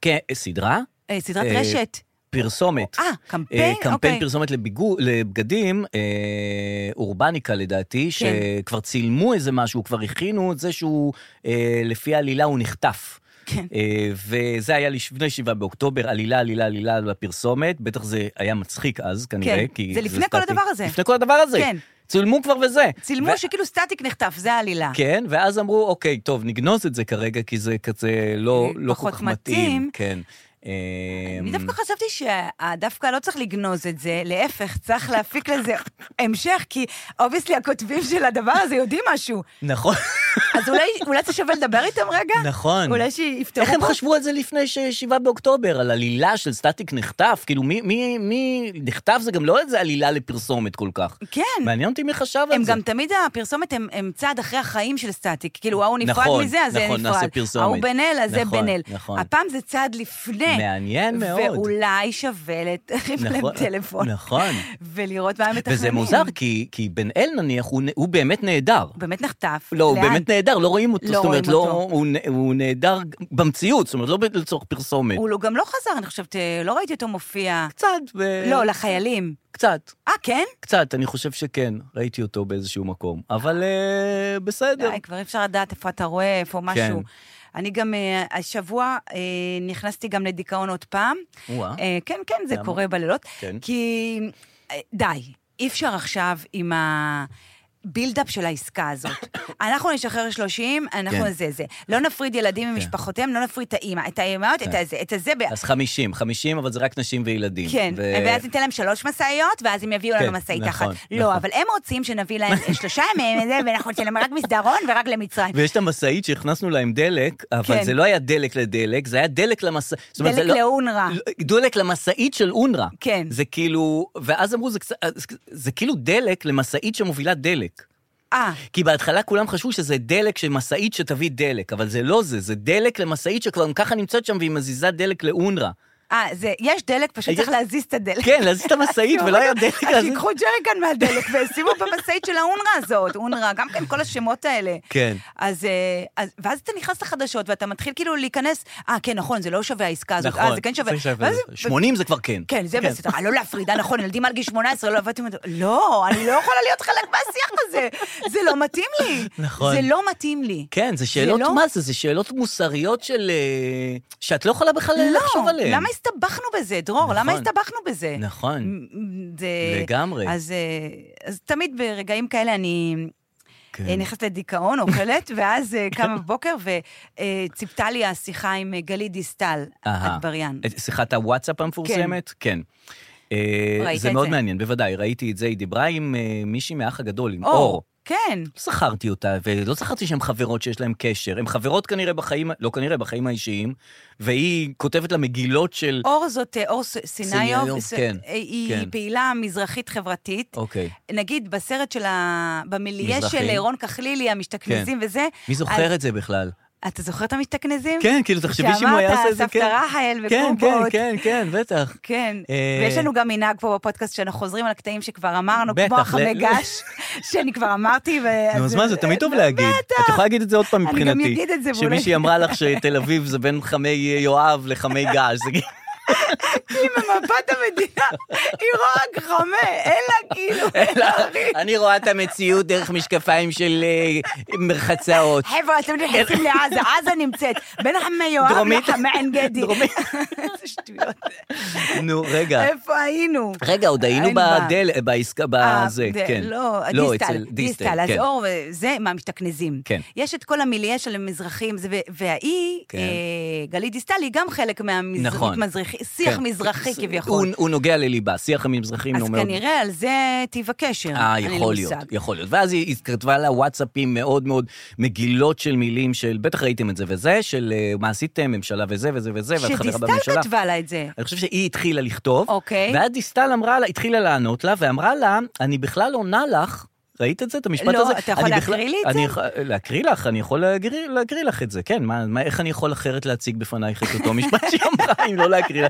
A: כן, סדרה?
B: אה, סדרת
A: אה,
B: רשת.
A: פרסומת.
B: אה, קמפיין?
A: אה, קמפיין
B: אוקיי.
A: פרסומת לביגו, לבגדים, אה, אורבניקה לדעתי,
B: כן.
A: שכבר צילמו איזה משהו, כבר הכינו את זה שהוא, אה, לפי העלילה הוא נחטף.
B: כן.
A: אה, וזה היה לפני 7 באוקטובר, עלילה, עלילה, עלילה על הפרסומת, בטח זה היה מצחיק אז כנראה,
B: כן,
A: כי...
B: זה לפני כל
A: סטטיק.
B: הדבר הזה.
A: לפני כל הדבר הזה.
B: כן.
A: צולמו כבר וזה.
B: צילמו שכאילו סטטיק נחטף, זה העלילה.
A: כן, ואז אמרו, אוקיי, טוב, נגנוז את זה כרגע, כי זה כזה לא,
B: אה,
A: לא כל
B: פחות
A: כך מתאים.
B: מתאים.
A: כן.
B: אני
A: אמ,
B: דווקא חשבתי שדווקא לא צריך לגנוז את זה, להפך, צריך להפיק
A: *laughs*
B: לזה המשך, כי אובייסלי הכותבים של הדבר הזה יודעים משהו.
A: נכון,
B: אז אולי, אולי זה שווה לדבר איתם רגע?
A: נכון.
B: אולי שיפתרו
A: איך הם
B: פה?
A: חשבו על זה לפני ש- 7 באוקטובר, על עלילה של סטטיק נחטף? כאילו, מי, מי, מי נחטף זה גם לא איזה עלילה לפרסומת כל כך.
B: כן.
A: מעניין אותי מי חשב על
B: הם
A: זה.
B: גם תמיד, הפרסומת הם, הם צעד אחרי החיים של סטטיק. כאילו, ההוא נפרד
A: נכון,
B: מזה, אז זה
A: נכון,
B: נפרד.
A: נעשה פרסומת.
B: ההוא בן אל, אז זה
A: נכון,
B: בן אל.
A: נכון.
B: הפעם זה צעד לפני.
A: מעניין מאוד.
B: ואולי שווה להרים *laughs* להם טלפון. *laughs*
A: נכון.
B: ולראות מה הם מתכננים.
A: וזה מוזר, כי, כי בן אל נניח, הוא, נ- הוא באמת נהדר.
B: הוא באמת נחטף.
A: לא, הוא
B: לאן?
A: באמת נהדר, לא רואים אותו.
B: לא
A: זאת אומרת,
B: רואים
A: לא,
B: אותו.
A: הוא, נ- הוא נהדר במציאות, זאת אומרת, לא ב- לצורך פרסומת.
B: הוא לא- גם לא חזר, אני חושבת, אה, לא ראיתי אותו מופיע.
A: קצת, ב...
B: לא, לחיילים.
A: קצת,
B: אה, כן?
A: קצת, אני חושב שכן, ראיתי אותו באיזשהו מקום. אבל אה, בסדר.
B: די, כבר אפשר לדעת איפה אתה רואה,
A: כן.
B: איפה משהו. אני גם, אה, השבוע אה, נכנסתי גם לדיכאון עוד פעם.
A: וואה.
B: אה, כן, כן, זה
A: למה?
B: קורה בלילות.
A: כן.
B: כי אה, די, אי אפשר עכשיו עם ה... בילדאפ של
A: *coughs*
B: העסקה הזאת. אנחנו נשחרר 30, אנחנו
A: כן.
B: זה זה. לא נפריד ילדים ממשפחותיהם, לא נפריד את האימא, את האימהות, את הזה, את הזה. ב-
A: כן. אז 50, 50, אבל זה רק נשים וילדים.
B: כן,
A: ו-
B: ואז ניתן להם שלוש משאיות, ואז הם יביאו
A: כן,
B: לנו משאית אחת.
A: נכון, נכון.
B: לא, אבל הם רוצים שנביא להם שלושה מהם, זה, ואנחנו ניתן להם רק מסדרון ורק למצרים.
A: ויש את המשאית שהכנסנו להם דלק, אבל
B: כן.
A: זה לא היה דלק לדלק, זה היה דלק למשאית.
B: דלק
A: לא-
B: לאונר"א.
A: דלק למשאית של אונר"א.
B: כן.
A: זה כאילו, ואז אמרו, זה, קצת- זה כאילו דלק למשאית שמובילה דלק.
B: אה,
A: כי בהתחלה כולם חשבו שזה דלק של משאית שתביא דלק, אבל זה לא זה, זה דלק למשאית שכבר גם ככה נמצאת שם והיא מזיזה דלק לאונר"א.
B: אה, זה, יש דלק, פשוט צריך
A: יש-
B: להזיז את הדלק.
A: כן, להזיז את
B: *laughs*
A: המשאית ולא היה דלק
B: אז
A: להזיז.
B: שיקחו ג'ריקן מהדלק וישימו במשאית של האונר"א הזאת, אונר"א, גם כן כל השמות האלה.
A: כן.
B: אז, אה, אז, ואז אתה נכנס לחדשות ואתה מתחיל כאילו להיכנס, אה, כן, נכון, זה לא שווה העסקה הזאת,
A: נכון,
B: אה, זה כן שווה. ואז-
A: 80 זה כבר כן.
B: כן, זה בסדר, אה, לא להפריד, אה, נכון, ילדים עד גיל 18, לא עבדתי עם זה, לא, אני לא יכולה להיות חלק מהשיח הזה, זה לא מתאים לי.
A: נכון.
B: זה לא מתאים לי.
A: כן, זה שאלות,
B: לא-
A: מה זה? זה שאלות מוסריות של... אה, שאת לא יכולה בכלל לחשוב
B: לא,
A: עליהן.
B: למה הסתבכנו בזה, דרור? למה
A: נכון.
B: הסתבכנו בזה?
A: נכון,
B: מ- זה...
A: לגמרי.
B: אז, אה, אז תמיד ברגעים כאלה אני
A: כן.
B: אה, נכנסת לדיכאון, אוכלת, *laughs* ואז אה, קמה בבוקר, וציפתה לי השיחה עם אה, גלית דיסטל,
A: אהה.
B: אטבריאן.
A: את שיחת הוואטסאפ המפורסמת? כן. אה,
B: ראית
A: זה
B: את
A: מאוד
B: זה?
A: מעניין, בוודאי, ראיתי את זה. היא דיברה עם אה, מישהי מהאח הגדול, עם אור.
B: אור. כן.
A: לא זכרתי אותה, ולא זכרתי שהן חברות שיש להן קשר. הן חברות כנראה בחיים, לא כנראה, בחיים האישיים, והיא כותבת לה מגילות של...
B: אור זאת אה, אור ס- סיניוב,
A: סיניוב,
B: ס-
A: כן,
B: אה, היא
A: כן.
B: פעילה מזרחית חברתית.
A: אוקיי.
B: נגיד בסרט של ה... במיליה
A: מזרחי. כן.
B: של רון כחלילי, המשתכנזים וזה.
A: מי
B: אז-
A: זוכר את זה בכלל?
B: אתה זוכר את המסתכנזים?
A: כן, כאילו, תחשבי שאם הוא היה עושה את זה,
B: שאמרת,
A: כן.
B: סבתא רחל
A: כן, כן,
B: וקוברות.
A: כן, כן, בטח.
B: כן,
A: אה,
B: ויש לנו גם מנהג פה בפודקאסט שאנחנו חוזרים על הקטעים שכבר אמרנו,
A: בטח,
B: כמו
A: ל-
B: החמי
A: *laughs*
B: גש, שאני כבר אמרתי, ו... אה,
A: נו, אז מה, זה תמיד טוב להגיד. את יכולה להגיד את זה עוד פעם
B: לא, אני גם
A: מבחינתי.
B: אגיד את זה, ואולי-
A: שמישהי אמרה לך שתל אביב זה בין חמי יואב לחמי געש. זה כאילו-
B: *laughs* להגיד במפת המדינה, היא רואה גחמה, אין לה
A: *laughs*
B: כאילו, אין לה אחי.
A: אני רואה את המציאות דרך משקפיים של אה, מרחצאות.
B: חבר'ה, אתם נכנסים לעזה, עזה נמצאת, בין חמי יואב
A: דרומית.
B: לחמי עין גדי.
A: דרומית.
B: *laughs* איזה שטויות.
A: נו, רגע.
B: איפה היינו?
A: רגע, עוד היינו
B: אה, אין מה.
A: בדל, בעסקה,
B: אה,
A: בזה,
B: זה-
A: כן.
B: לא, דיסטל, דיסטל, אז אור וזה מהמשתכנזים.
A: כן.
B: יש את כל המיליה של המזרחים, זה- ו- והיא,
A: כן.
B: אה, גלית דיסטל, היא גם חלק
A: נכון.
B: מהשיח
A: כן.
B: מזרחי
A: הוא-
B: כביכול.
A: הוא נוגע לליבה, שיח המזרחים
B: אז
A: הוא מאוד...
B: כנראה על זה טיב הקשר.
A: אה,
B: כן, אין לי
A: יכול
B: מושג.
A: להיות, יכול להיות. ואז היא היא כתבה לה וואטסאפים מאוד מאוד מגילות של מילים של, בטח ראיתם את זה וזה, של אה, מה עשיתם, ממשלה וזה וזה וזה, ואת חברה
B: שדיסטל
A: בממשלה.
B: כתבה לה את זה.
A: אני חושב שהיא התחילה לכתוב,
B: אוקיי.
A: ואז דיסטל אמרה לה, התחילה לענות לה, ואמרה לה, אני בכלל עונה לך, ראית את זה, את המשפט
B: לא,
A: הזה?
B: אתה יכול
A: "אני בכלל-
B: להקריא לי את
A: אני
B: זה?"
A: יכול- להקריא לך, אני יכול להקריא, להקריא לך את זה, כן, מה, מה, איך אני יכול אחרת להציג בפנייך את אותו משפט שהיא אמרה, אם לא
B: *laughs*
A: להקריא לה?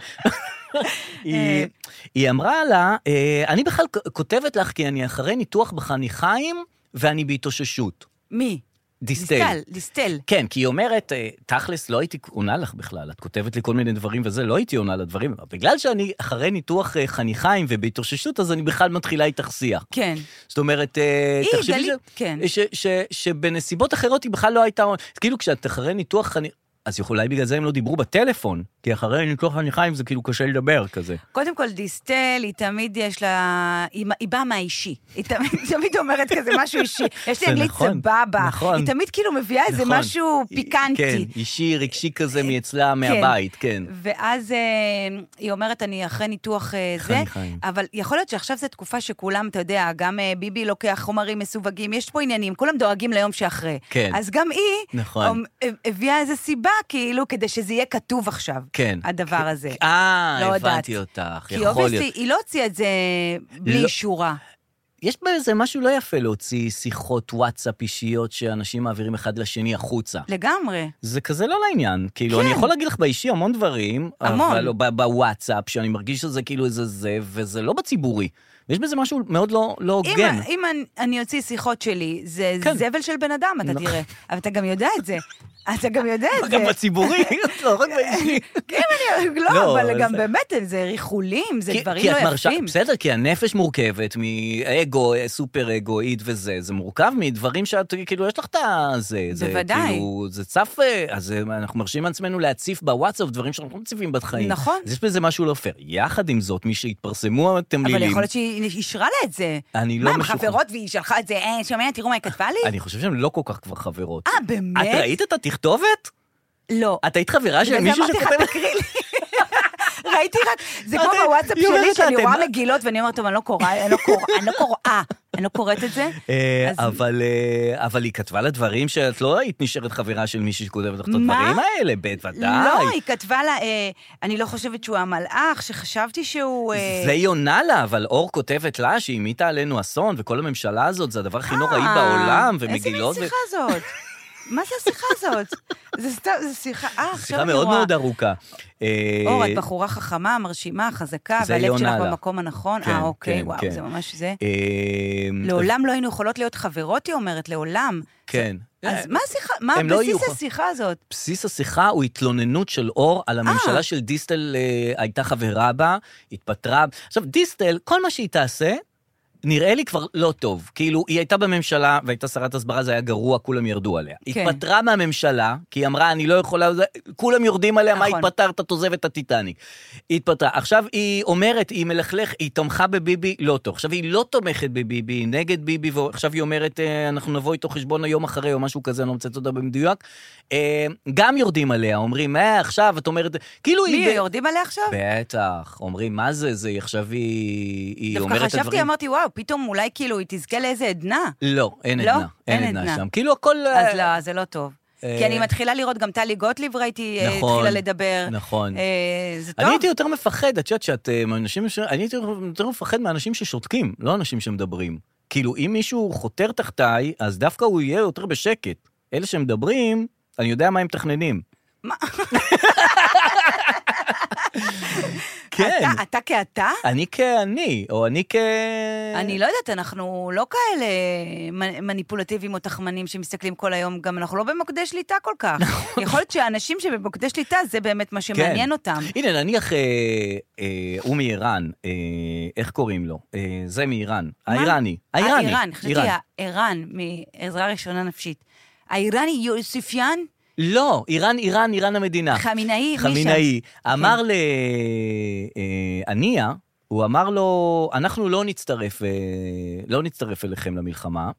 B: אה.
A: היא, היא אמרה לה, "אה, אני בכלל כ- כותבת לך כי אני אחרי ניתוח בחניכיים ואני בהתאוששות.
B: מי?
A: דיסטל.
B: דיסטל.
A: כן, כי היא אומרת, אה, תכלס, לא הייתי עונה לך בכלל, את כותבת לי כל מיני דברים וזה, לא הייתי עונה לדברים, אבל בגלל שאני אחרי ניתוח אה, חניכיים ובהתאוששות, אז אני בכלל מתחילה איתך שיח.
B: כן.
A: זאת אומרת, אה,
B: היא,
A: תחשבי
B: גלית,
A: ש-
B: כן.
A: ש- ש- שבנסיבות אחרות היא בכלל לא הייתה... עונה. אז כאילו, כשאת אחרי ניתוח חניכיים... אז אולי בגלל זה הם לא דיברו בטלפון, כי אחרי ניתוח חניכיים זה כאילו קשה לדבר כזה.
B: קודם כל, דיסטל, היא תמיד יש לה... היא, היא באה מהאישי. היא תמיד, תמיד אומרת כזה
A: *laughs*
B: משהו אישי. יש לי
A: זה
B: אנגלית
A: נכון,
B: סבבה.
A: נכון.
B: היא תמיד כאילו מביאה איזה
A: נכון.
B: משהו פיקנטי. אה,
A: כן, אישי, רגשי כזה מאצלה, מהבית, כן.
B: ואז אה, היא אומרת, אני אחרי ניתוח אה, זה,
A: חניכיים.
B: אבל יכול להיות שעכשיו זו תקופה שכולם, אתה יודע, גם אה, ביבי לוקח חומרים מסווגים, יש פה עניינים, כולם דואגים ליום שאחרי.
A: כן.
B: אז גם היא,
A: נכון.
B: אומ- אה, הביאה איזו סיבה, כאילו, כדי שזה יהיה כתוב עכשיו,
A: כן.
B: הדבר הזה.
A: אה,
B: לא
A: הבנתי
B: יודעת.
A: אותך,
B: כי
A: יכול להיות.
B: אובייסטי, היא לא הוציאה את זה בלי
A: לא.
B: אישורה.
A: יש בזה משהו לא יפה להוציא שיחות וואטסאפ אישיות שאנשים מעבירים אחד לשני החוצה.
B: לגמרי.
A: זה כזה לא לעניין. כאילו, כן. אני יכול להגיד לך באישי המון דברים,
B: המון.
A: אבל לא ב- בוואטסאפ, שאני מרגיש שזה כאילו איזה זה, וזה לא בציבורי. ויש בזה משהו מאוד לא, לא
B: אם,
A: הוגן.
B: אם אני, אני אוציא שיחות שלי, זה
A: כן.
B: זבל של בן אדם, אתה
A: נכון.
B: תראה. אבל אתה גם יודע את זה. אתה גם יודע את זה.
A: גם
B: *laughs*
A: בציבורי, לא רק באישי.
B: כן, אני...
A: *laughs* לא,
B: לא, אבל
A: אז-
B: גם באמת, זה ריחולים, זה
A: כי-
B: דברים
A: כי
B: לא
A: את מרשה-
B: יפים.
A: בסדר, כי הנפש מורכבת מאגו, סופר אגואית וזה, זה מורכב מדברים שאת, כאילו, יש לך את הזה. זה
B: בוודאי.
A: כאילו, זה צף, אה, אז אה, אנחנו מרשים לעצמנו להציף בוואטסאפ דברים שאנחנו לא מציפים בחיים.
B: נכון.
A: אז יש בזה משהו לא פייר. יחד עם זאת, מי שהתפרסמו התמלילים...
B: אבל יכול להיות שהיא אישרה לה את זה.
A: אני לא
B: מה, הם
A: משוכנע.
B: חברות והיא שלחה את זה, אה, שומע, תראו מה היא כתבה לי?
A: אני חושב שהן לא כל כך כבר חברות.
B: אה, באמת?
A: את ראית את התכתובת?
B: לא.
A: את היית חברה של
B: בגלל זה
A: מישהו
B: אמרתי לך,
A: שכותב...
B: תקריא לי. ראיתי רק, זה
A: אתם-
B: כמו בוואטסאפ
A: היא אומרת
B: שלי, שאני
A: לה,
B: רואה
A: אתם-
B: מגילות ואני אומרת, טוב, אני לא קוראה, אני לא קוראה, אני לא קוראה, אני לא קוראת את זה.
A: אה,
B: אז-
A: אבל, אה, אבל היא כתבה לה דברים שאת לא היית נשארת חברה של מישהי שכותבת לך את
B: מה?
A: הדברים האלה, בוודאי.
B: לא, היא כתבה לה, אה, אני לא חושבת שהוא המלאך, שחשבתי שהוא... אה,
A: זה היא עונה לה, אבל אור כותבת לה שהיא המיטה עלינו אסון, וכל הממשלה הזאת זה הדבר הכי נוראי
B: אה,
A: בעולם,
B: איזה
A: ומגילות...
B: מין שיחה זאת? מה זה השיחה הזאת? זה סתם, זו שיחה, אה,
A: ו-
B: עכשיו
A: שיחה
B: אני
A: מאוד
B: רואה.
A: מאוד ארוכה. אה,
B: אור, את בחורה חכמה, מרשימה, חזקה,
A: זה היא
B: והלב
A: עונה
B: שלך
A: לה.
B: במקום הנכון.
A: כן,
B: אה, אוקיי,
A: כן,
B: וואו,
A: כן.
B: זה ממש זה.
A: אה,
B: לעולם לא היינו יכולות להיות חברות, היא אומרת, לעולם.
A: כן.
B: אז מה השיחה, מה
A: הם לא יהיו
B: בסיס
A: ח-
B: השיחה הזאת?
A: בסיס השיחה הוא התלוננות של אור על הממשלה של דיסטל אה, הייתה חברה בה, התפטרה. עכשיו, דיסטל, כל מה שהיא תעשה, נראה לי כבר לא טוב. כאילו, היא הייתה בממשלה והייתה שרת הסברה, זה היה גרוע, כולם ירדו עליה.
B: כן.
A: התפטרה מהממשלה, כי היא אמרה, אני לא יכולה, זה- כולם יורדים עליה, מה
B: נכון.
A: התפטרת, תעוזב את הטיטניק. היא התפטרה. עכשיו היא אומרת, היא מלכלך, היא תמכה בביבי, לא טוב. עכשיו היא לא תומכת בביבי, היא נגד ביבי, ועכשיו היא אומרת, אה, אנחנו נבוא איתו חשבון היום אחרי, או משהו כזה, אני לא מצטט אותה במדויק. אה, גם יורדים עליה, אומרים, אה, עכשיו, את אומרת, כאילו
B: מי,
A: היא... ב-
B: יורדים עליה עכשיו?
A: בטח, אומרים, מה זה, זה עכשיו היא, היא אומרת את
B: דווקא
A: הדברים...
B: חשבתי, אמרתי, וואו, פתאום אולי כאילו היא תזכה לאיזה עדנה.
A: לא, אין
B: לא?
A: עדנה. אין
B: אין
A: עדנה
B: עדנה.
A: שם. כאילו הכל...
B: אז לא, זה לא טוב.
A: אה,
B: כי אני מתחילה לראות, גם טלי גוטליב ראיתי, אה,
A: נכון,
B: התחילה לדבר.
A: נכון.
B: אה, זה טוב.
A: אני הייתי יותר מפחד, את יודעת שאת... אה, מאנשים ש- אני הייתי יותר מפחד מאנשים ששותקים, לא אנשים שמדברים. כאילו, אם מישהו חותר תחתיי, אז דווקא הוא יהיה יותר בשקט. אלה שמדברים, אני יודע מה הם מתכננים.
B: מה?
A: *laughs* כן,
B: אתה, אתה כאתה?
A: אני כאני, או אני כ... אה.
B: אני לא יודעת, אנחנו לא כאלה מ- מניפולטיביים או תחמנים שמסתכלים כל היום, גם אנחנו לא במוקדי שליטה כל
A: *laughs*
B: כך.
A: נכון.
B: יכול להיות שהאנשים שבמוקדי שליטה, זה באמת
A: כן.
B: מה שמעניין אותם.
A: הנה, נניח אה, אה, הוא מאיראן, אה, איך קוראים לו? אה, זה מאיראן,
B: מה?
A: האיראני. האיראני.
B: האיראן, אה, חשבתי, האיראן, מעזרה ראשונה נפשית. האיראני יוסיפיאן,
A: לא, איראן, איראן, איראן המדינה.
B: חמינאי, מי כן. שם?
A: אה, חמינאי. אמר לאניה, הוא אמר לו, אנחנו לא נצטרף, אה, לא נצטרף אליכם למלחמה.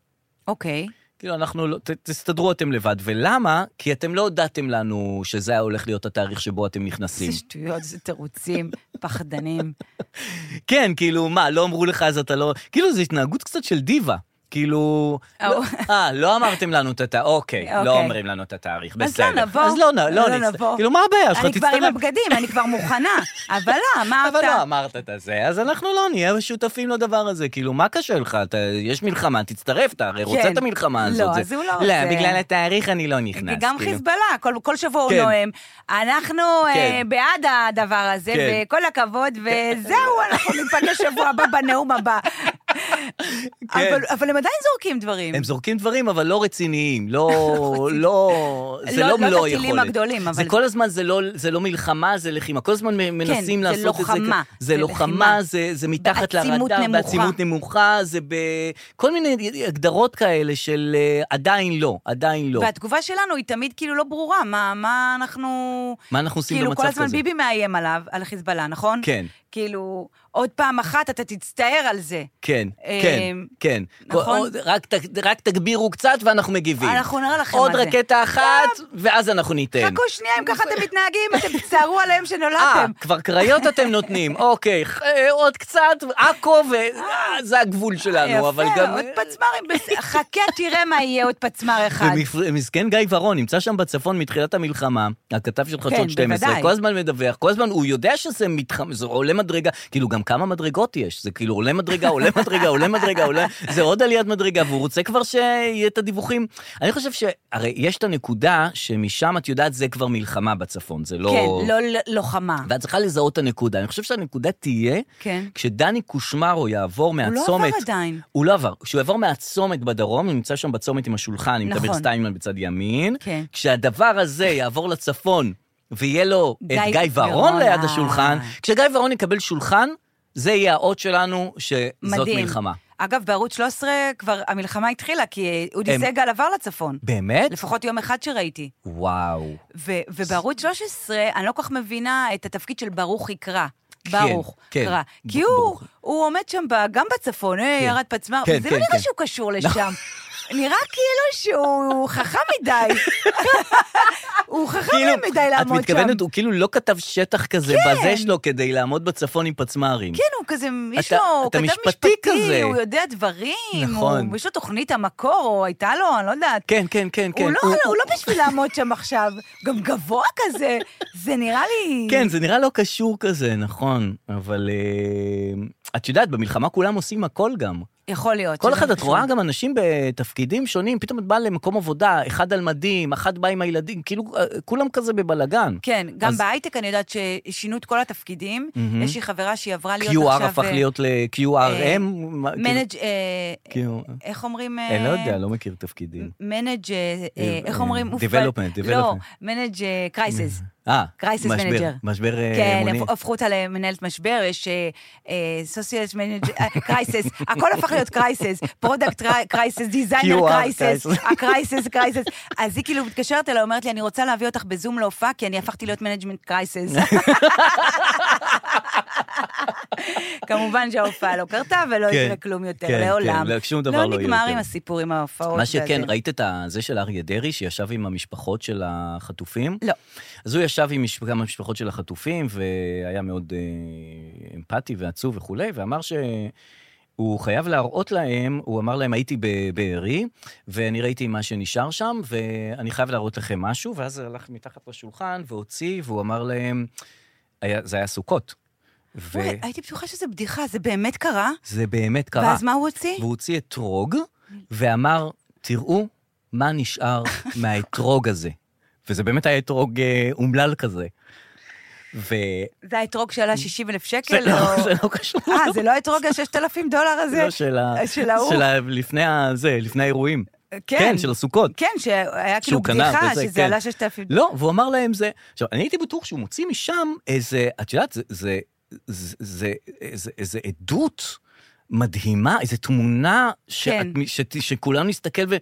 B: אוקיי.
A: כאילו, אנחנו לא, ת, תסתדרו אתם לבד. ולמה? כי אתם לא הודעתם לנו שזה היה הולך להיות התאריך שבו אתם נכנסים.
B: זה שטויות, זה
A: *laughs*
B: תירוצים, פחדנים.
A: כן, כאילו, מה, לא אמרו לך אז אתה לא... כאילו, זו התנהגות קצת של דיבה. כאילו,
B: אה,
A: לא-
B: הוא-
A: אה, לא אמרתם לנו את התאריך, אוקיי, לא
B: אוקיי.
A: אומרים לנו את התאריך,
B: אז
A: בסדר.
B: לא נבוא.
A: אז לא נ- לא
B: לא
A: נצט-
B: נבוא.
A: כאילו, מה הבעיה שלך?
B: אני כבר עם
A: תצטרף.
B: הבגדים, אני כבר
A: *laughs*
B: מוכנה. אבל לא, אמרת.
A: אבל לא אמרת את הזה, אז אנחנו לא נהיה שותפים לדבר הזה. כאילו, מה קשה לך? אתה, יש מלחמה, תצטרף, אתה הרי רוצה
B: כן.
A: את המלחמה
B: לא,
A: הזאת. זה-
B: אז הוא לא
A: לא,
B: רוצה.
A: בגלל התאריך אני לא נכנס.
B: גם
A: כאילו.
B: חיזבאללה, כל, כל שבוע
A: כן.
B: הוא נואם. אנחנו אה,
A: כן.
B: בעד הדבר הזה,
A: כן.
B: וכל הכבוד, וזהו,
A: *laughs*
B: אנחנו ניפגש שבוע הבא בנאום הבא. אבל, אבל הם עדיין זורקים דברים.
A: כן. הם זורקים דברים, אבל לא רציניים,
B: *laughs*
A: לא, לא, זה
B: לא-
A: לא
B: לא את
A: מלוא
B: הטילים
A: יכולת.
B: הגדולים, אבל- כן,
A: זה כל הזמן, זה לא, זה לא מלחמה, זה לחימה. כל הזמן מ- מנסים
B: זה
A: לעשות את זה.
B: לוחמה,
A: כ- זה
B: זה
A: לוחמה,
B: לחימה.
A: זה, זה מתחת לרדאר,
B: בעצימות נמוכה.
A: בעצימות נמוכה, זה בכל מיני הגדרות כאלה של אה, עדיין לא, עדיין לא.
B: והתגובה שלנו היא תמיד כאילו לא ברורה, מה, מה אנחנו...
A: מה אנחנו עושים
B: כאילו,
A: במצב
B: כל הזמן
A: כזה?
B: ביבי מאיים עליו, על חיזבאללה, נכון?
A: כן.
B: כאילו, עוד פעם אחת אתה תצטער על זה.
A: כן,
B: אה,
A: כן, כן.
B: נכון?
A: כל- עוד- רק ת- רק תגבירו קצת ואנחנו מגיבים.
B: אנחנו נראה לכם
A: עוד
B: מה זה.
A: רקטה אחת, ואז אנחנו ניתן.
B: חכו שנייה, אם ככה
A: *laughs*
B: אתם מתנהגים, אתם תצטערו עליהם
A: אה,
B: שנולדתם.
A: כבר קריות אתם
B: *laughs*
A: נותנים, אוקיי, ח- אה, עוד קצת, עכו, וזה הגבול שלנו, אבל
B: יפה,
A: גם...
B: עוד פצמ"רים, בס- חכה, תראה מה יהיה עוד פצמ"ר אחד.
A: ומפ- מסכן גיא ורון נמצא שם בצפון מתחילת המלחמה, הכתב של
B: כן,
A: חדשות 12,
B: בוודאי.
A: כל הזמן מדווח, כל הזמן הוא יודע שזה מתחמ... זה עולה מדרגה, כאילו גם כמה מדרגות יש, זה כאילו עולה מדרגה, עולה מדרגה, עולה מדרגה, עולה, זה עוד עליית מדרגה, והוא רוצה כבר שיהיה את הדיווחים. אני חושב שהרי יש את הנקודה שמשם את יודעת זה כבר מלחמה בצפון, זה לא...
B: כן, לא ל- לוחמה.
A: ואת צריכה לזהות את הנקודה. אני חושב שהנקודה תהיה,
B: כן.
A: כשדני קושמרו יעבור
B: לא
A: מהצומת...
B: עבר עדיין.
A: הוא לא עבר. כשהוא יעבור מהצומת בדרום, הוא נמצא שם בצומת עם השולחן, עם
B: נכון.
A: תמיר סטיינמן בצד ימין.
B: כן.
A: כשהדבר הזה יעבור לצפון, ויהיה לו את
B: גיא
A: גיא ורון
B: ורון,
A: ליד
B: אה.
A: השולחן, כשגיא ורון יקבל שולחן, זה יהיה האות שלנו שזאת
B: מדהים.
A: מלחמה.
B: אגב, בערוץ 13 כבר המלחמה התחילה, כי אה, אודי
A: הם-
B: סגל עבר לצפון.
A: באמת?
B: לפחות יום אחד שראיתי.
A: וואו.
B: ו- ובערוץ 13, אני לא כל כך מבינה את התפקיד של ברוך יקרא. ברוך
A: כן.
B: קרא.
A: ב-
B: כי הוא,
A: ברוך.
B: הוא עומד שם ב- גם בצפון, אה,
A: כן.
B: ירד פצמ"ר,
A: כן,
B: זה
A: כן,
B: לא
A: כן.
B: נראה שהוא קשור לשם.
A: *laughs*
B: נראה כאילו שהוא חכם מדי.
A: *laughs*
B: הוא חכם מדי
A: כאילו, את
B: לעמוד שם.
A: מתכוונת, הוא כאילו לא כתב שטח כזה בזה שלו כדי לעמוד בצפון עם פצמ"רים.
B: כן, הוא כזה, יש
A: אתה-
B: לו, הוא
A: אתה
B: כתב
A: משפטי
B: משפטי,
A: כזה.
B: הוא יודע דברים,
A: נכון.
B: הוא- יש לו תוכנית המקור, או הייתה לו, אני לא יודעת.
A: כן, כן, כן, כן.
B: הוא, לא, הוא לא בשביל לעמוד שם עכשיו, גם גבוה כזה, זה נראה לי...
A: כן, זה נראה לא קשור כזה, נכון, אבל אה, את יודעת, במלחמה כולם עושים הכל גם.
B: יכול להיות.
A: כל
B: שזה
A: אחד, את
B: קשור.
A: רואה גם אנשים בתפקידים שונים, פתאום את באה למקום עבודה, אחד על מדים, אחת באה עם הילדים, כאילו, אה, כולם כזה בבלגן.
B: כן, גם
A: אז-
B: בהייטק אני יודעת ששינו את כל התפקידים.
A: מהמם.
B: יש לי חברה שהיא עברה להיות עכשיו...
A: QR הפך
B: אה,
A: להיות
B: אה,
A: ל-QRM? מה, כאילו,
B: מנג'... אה,
A: כאילו,
B: איך אומרים?
A: אני לא
B: אה,
A: יודע, לא מכיר תפקידים.
B: מנג'... אה, אה,
A: אה,
B: איך אומרים?
A: development,
B: מופעל- לא,
A: development.
B: מנג' קרייסס.
A: אה,
B: Crisis
A: משבר,
B: manager.
A: משבר אה,
B: כן,
A: אמוני.
B: הפ- הפכו אותה למנהלת משבר, יש אה, סוסיאלס מנג'ר, קרייסס, אה, *laughs* הכל הפך להיות קרייסס, פרודקט קרייסס, דיזיינר
A: QR
B: קרייסס,
A: crisis.
B: *laughs* הקרייסס, קרייסס. אז היא כאילו מתקשרת אליי, אומרת לי, אני רוצה להביא אותך בזום להופעה, כי אני הפכתי להיות מנג'מנט קרייסס.
A: *laughs*
B: כמובן שההופעה לא קרתה, ולא
A: כן,
B: יקרה כלום יותר
A: כן,
B: לעולם.
A: כן, לא, שום דבר לא יהיה
B: נגמר
A: יותר.
B: עם הסיפור עם ההופעות.
A: מה
B: והזה.
A: שכן, ראית את זה של אריה דרעי, שישב עם המשפחות של החטופים?
B: לא.
A: אז הוא ישב עם מש- כמה משפחות של החטופים, והיה מאוד אה, אמפתי ועצוב וכולי, ואמר שהוא חייב להראות להם, הוא אמר להם, הייתי בבארי, ואני ראיתי מה שנשאר שם, ואני חייב להראות לכם משהו, ואז הלך מתחת לשולחן והוציא, והוא אמר להם, היה, זה היה סוכות.
B: וואי, הייתי בטוחה שזה בדיחה, זה באמת קרה?
A: וזה באמת קרה.
B: ואז מה הוא הוציא?
A: והוא הוציא
B: *laughs*
A: אתרוג, ואמר, תראו מה נשאר מהאתרוג הזה. וזה באמת היה אתרוג אה, אומלל כזה. ו...
B: זה האתרוג שעלה 60 אלף
A: זה
B: שקל?
A: לא,
B: או-
A: זה לא קשור.
B: כן, אה, זה לא האתרוג ה-6,000 דולר הזה?
A: לא, של ה...
B: של ההוא.
A: של ה... לפני ה... זה, לפני האירועים. כן, של הסוכות.
B: כן, שהיה כאילו
A: שהוא קנה
B: בדיחה,
A: וזה,
B: שזה
A: כן.
B: עלה 6,000 דולר.
A: לא, והוא אמר להם זה. עכשיו, אני הייתי בטוח שהוא מוציא משם איזה, את יודעת, זה, זה, זה, זה, זה, איזה עדות מדהימה, איזו תמונה שאת,
B: כן.
A: שת, שכולנו נסתכל ו,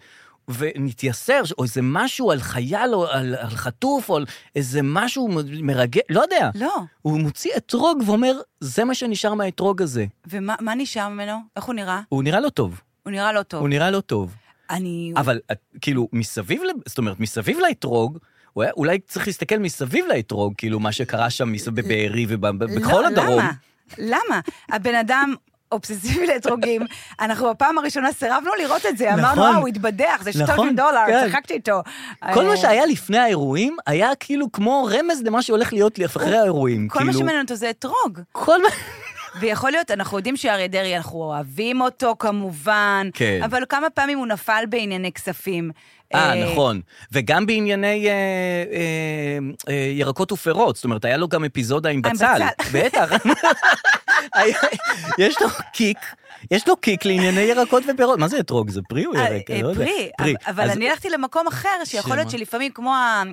A: ונתייסר, או איזה משהו על חייל, או על, על חטוף, או על איזה משהו מ- מרגש, לא יודע.
B: לא.
A: הוא מוציא אתרוג ואומר, זה מה שנשאר מהאתרוג הזה.
B: ומה מה נשאר ממנו? איך הוא נראה?
A: הוא נראה לא טוב,
B: הוא נראה לא טוב.
A: הוא נראה לא טוב.
B: אני...
A: אבל את- כאילו, מסביב, ל- זאת אומרת, מסביב לאתרוג, הוא היה- אולי צריך להסתכל מסביב לאתרוג, כאילו, מה שקרה שם מסב- בבארי ובכל
B: אה, לא,
A: הדרום.
B: למה? למה? הבן אדם... אובססיבי
A: *laughs*
B: לאתרוגים, אנחנו בפעם הראשונה סירבנו לראות את זה, אמרנו,
A: נכון.
B: אה, הוא התבדח, זה 6,000
A: נכון,
B: דולר,
A: כן.
B: צחקתי איתו.
A: כל
B: אה,
A: מה שהיה לפני האירועים היה כאילו כמו רמז למה שהולך להיות לי אחרי האירועים.
B: כל מה
A: כאילו,
B: שמעניין אותו זה אתרוג.
A: כל מה...
B: ויכול להיות, אנחנו יודעים שאריה דרעי, אנחנו אוהבים אותו כמובן,
A: כן.
B: אבל כמה פעמים הוא נפל בענייני כספים.
A: אה, נכון. וגם בענייני אה, אה, אה, ירקות ופירות, זאת אומרת, היה לו גם אפיזודה עם
B: אה, עם
A: בצל. *laughs*
B: בצל.
A: בטח. היה- יש לו קיק, יש לו קיק לענייני ירקות ופירות. מה זה אתרוג? זה פרי או
B: אה,
A: ירק? אני
B: אה,
A: לא יודע.
B: פרי, אבל- אבל
A: אז-
B: אני הלכתי למקום אחר, שיכול להיות
A: שמה?
B: שלפעמים כמו ה...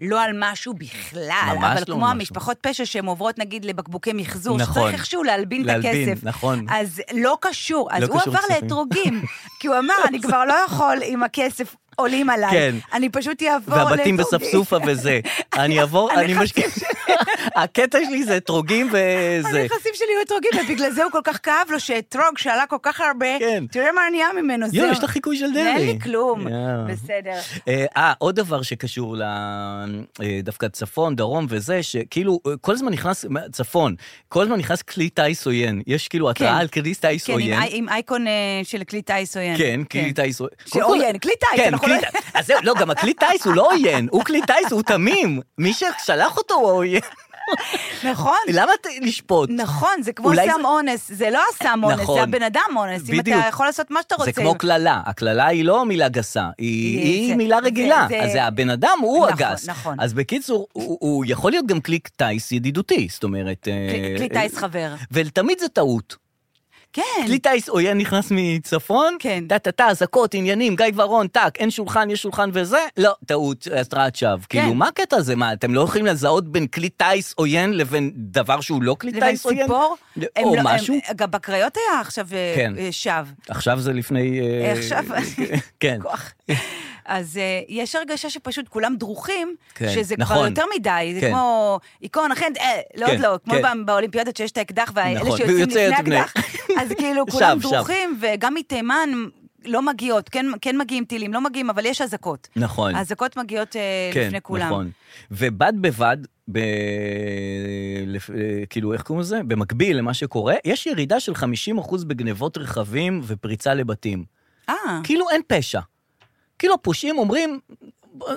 B: לא על משהו בכלל,
A: ממש
B: אבל
A: לא
B: כמו
A: משהו.
B: המשפחות פשע שהן עוברות נגיד לבקבוקי מחזור,
A: נכון.
B: שצריך איכשהו להלבין את
A: להלבין,
B: הכסף.
A: נכון.
B: אז לא קשור, אז
A: לא
B: הוא
A: קשור
B: עבר
A: כספים. *laughs*
B: לאתרוגים, כי הוא אמר, אני כבר לא יכול עם הכסף. עולים עליי,
A: כן.
B: אני פשוט אעבור
A: והבתים
B: לאתרוגים."
A: בספסופה
B: *laughs*
A: וזה. אני אעבור, אני
B: הנכסים
A: משקיע... *laughs* הקטע שלי זה אתרוגים וזה.
B: הנכסים שלי היו אתרוגים, ובגלל זה הוא כל כך כאב לו שאתרוג שעלה כל כך הרבה,
A: כן.
B: תראה מה נהיה ממנו, זהו.
A: יואו, יש לך חיקוי של דרעי.
B: אין לי כלום,
A: יואו.
B: בסדר.
A: אה, אה, עוד דבר שקשור ל... אה, דווקא צפון, דרום וזה, שכאילו אה, כל הזמן נכנס, צפון, כל הזמן נכנס כלי טיס עוין. יש כאילו התראה
B: כן.
A: על כלי טיס
B: כן, עם
A: עוין.
B: אי- עם אייקון אה, של כלי טיס עוין.
A: כן, כלי טיס עוין.
B: שעוין,
A: קודם כל-
B: כלי טיס,
A: כן,
B: אנחנו
A: כלי
B: לא-
A: טיס. אז זהו, לא, גם הכלי טיס הוא לא עוין, הוא כלי טיס, הוא תמים. מי ששלח אותו הוא העוין.
B: נכון,
A: *laughs* למה ת- לשפוט?
B: נכון, זה כמו
A: אולי
B: סם
A: זה-
B: אונס, זה לא הסם אונס,
A: נכון.
B: זה הבן אדם אונס. אם אתה
A: בדיוק.
B: יכול לעשות מה שאתה רוצה.
A: זה כמו קללה, הקללה היא לא מילה גסה, היא,
B: היא-
A: היא
B: זה-
A: מילה
B: זה-
A: רגילה,
B: זה-
A: אז זה הבן אדם הוא
B: נכון,
A: הגס.
B: נכון.
A: אז בקיצור, הוא, הוא יכול להיות גם כלי טיס ידידותי, זאת אומרת... אה,
B: כלי- כלי טיס חבר.
A: ותמיד זה טעות.
B: כן,
A: כלי טיס עוין נכנס מצפון,
B: כן.
A: טה-טה-טה, אזעקות, עניינים, גיא ורון, טאק, אין שולחן, יש שולחן וזה, לא, טעות, התרעת שווא.
B: כן.
A: כאילו, מה הקטע הזה? מה, אתם לא יכולים לזהות בין כלי טיס עוין לבין דבר שהוא לא כלי
B: לבין
A: טיס עוין?
B: סיפור. הם
A: או
B: לא- הם-
A: משהו?
B: גם בקריות היה עכשיו אה,
A: כן.
B: אה, שב.
A: עכשיו זה לפני... אה,
B: עכשיו, *laughs*
A: כן.
B: כוח. אז אה, יש הרגשה שפשוט כולם דרוכים,
A: כן,
B: שזה כבר
A: נכון.
B: יותר מדי, זה
A: כן.
B: כמו עיקרון אכן, אה, לא עוד
A: כן,
B: לא, כמו
A: כן.
B: בא- באולימפיאדות שיש את האקדח, ואלה
A: נכון,
B: שיוצאים
A: ויוצא
B: לפני
A: את בני.
B: האקדח,
A: *laughs*
B: אז כאילו
A: שב,
B: כולם
A: שב.
B: דרוכים, וגם מתימן לא מגיעות, כן- כן מגיעים טילים, לא מגיעים, אבל יש אזעקות.
A: נכון.
B: האזעקות מגיעות אה,
A: כן,
B: לפני כולם.
A: נכון. ובד בבד, ב... לפ- אה, כאילו, איך קוראים לזה? במקביל למה שקורה, יש ירידה של 50% בגנבות רכבים ופריצה לבתים.
B: אה,
A: כאילו אין פשע. כאילו הפושעים אומרים,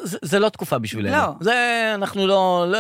A: זה, זה לא תקופה בשבילנו.
B: לא.
A: זה, אנחנו לא, לא...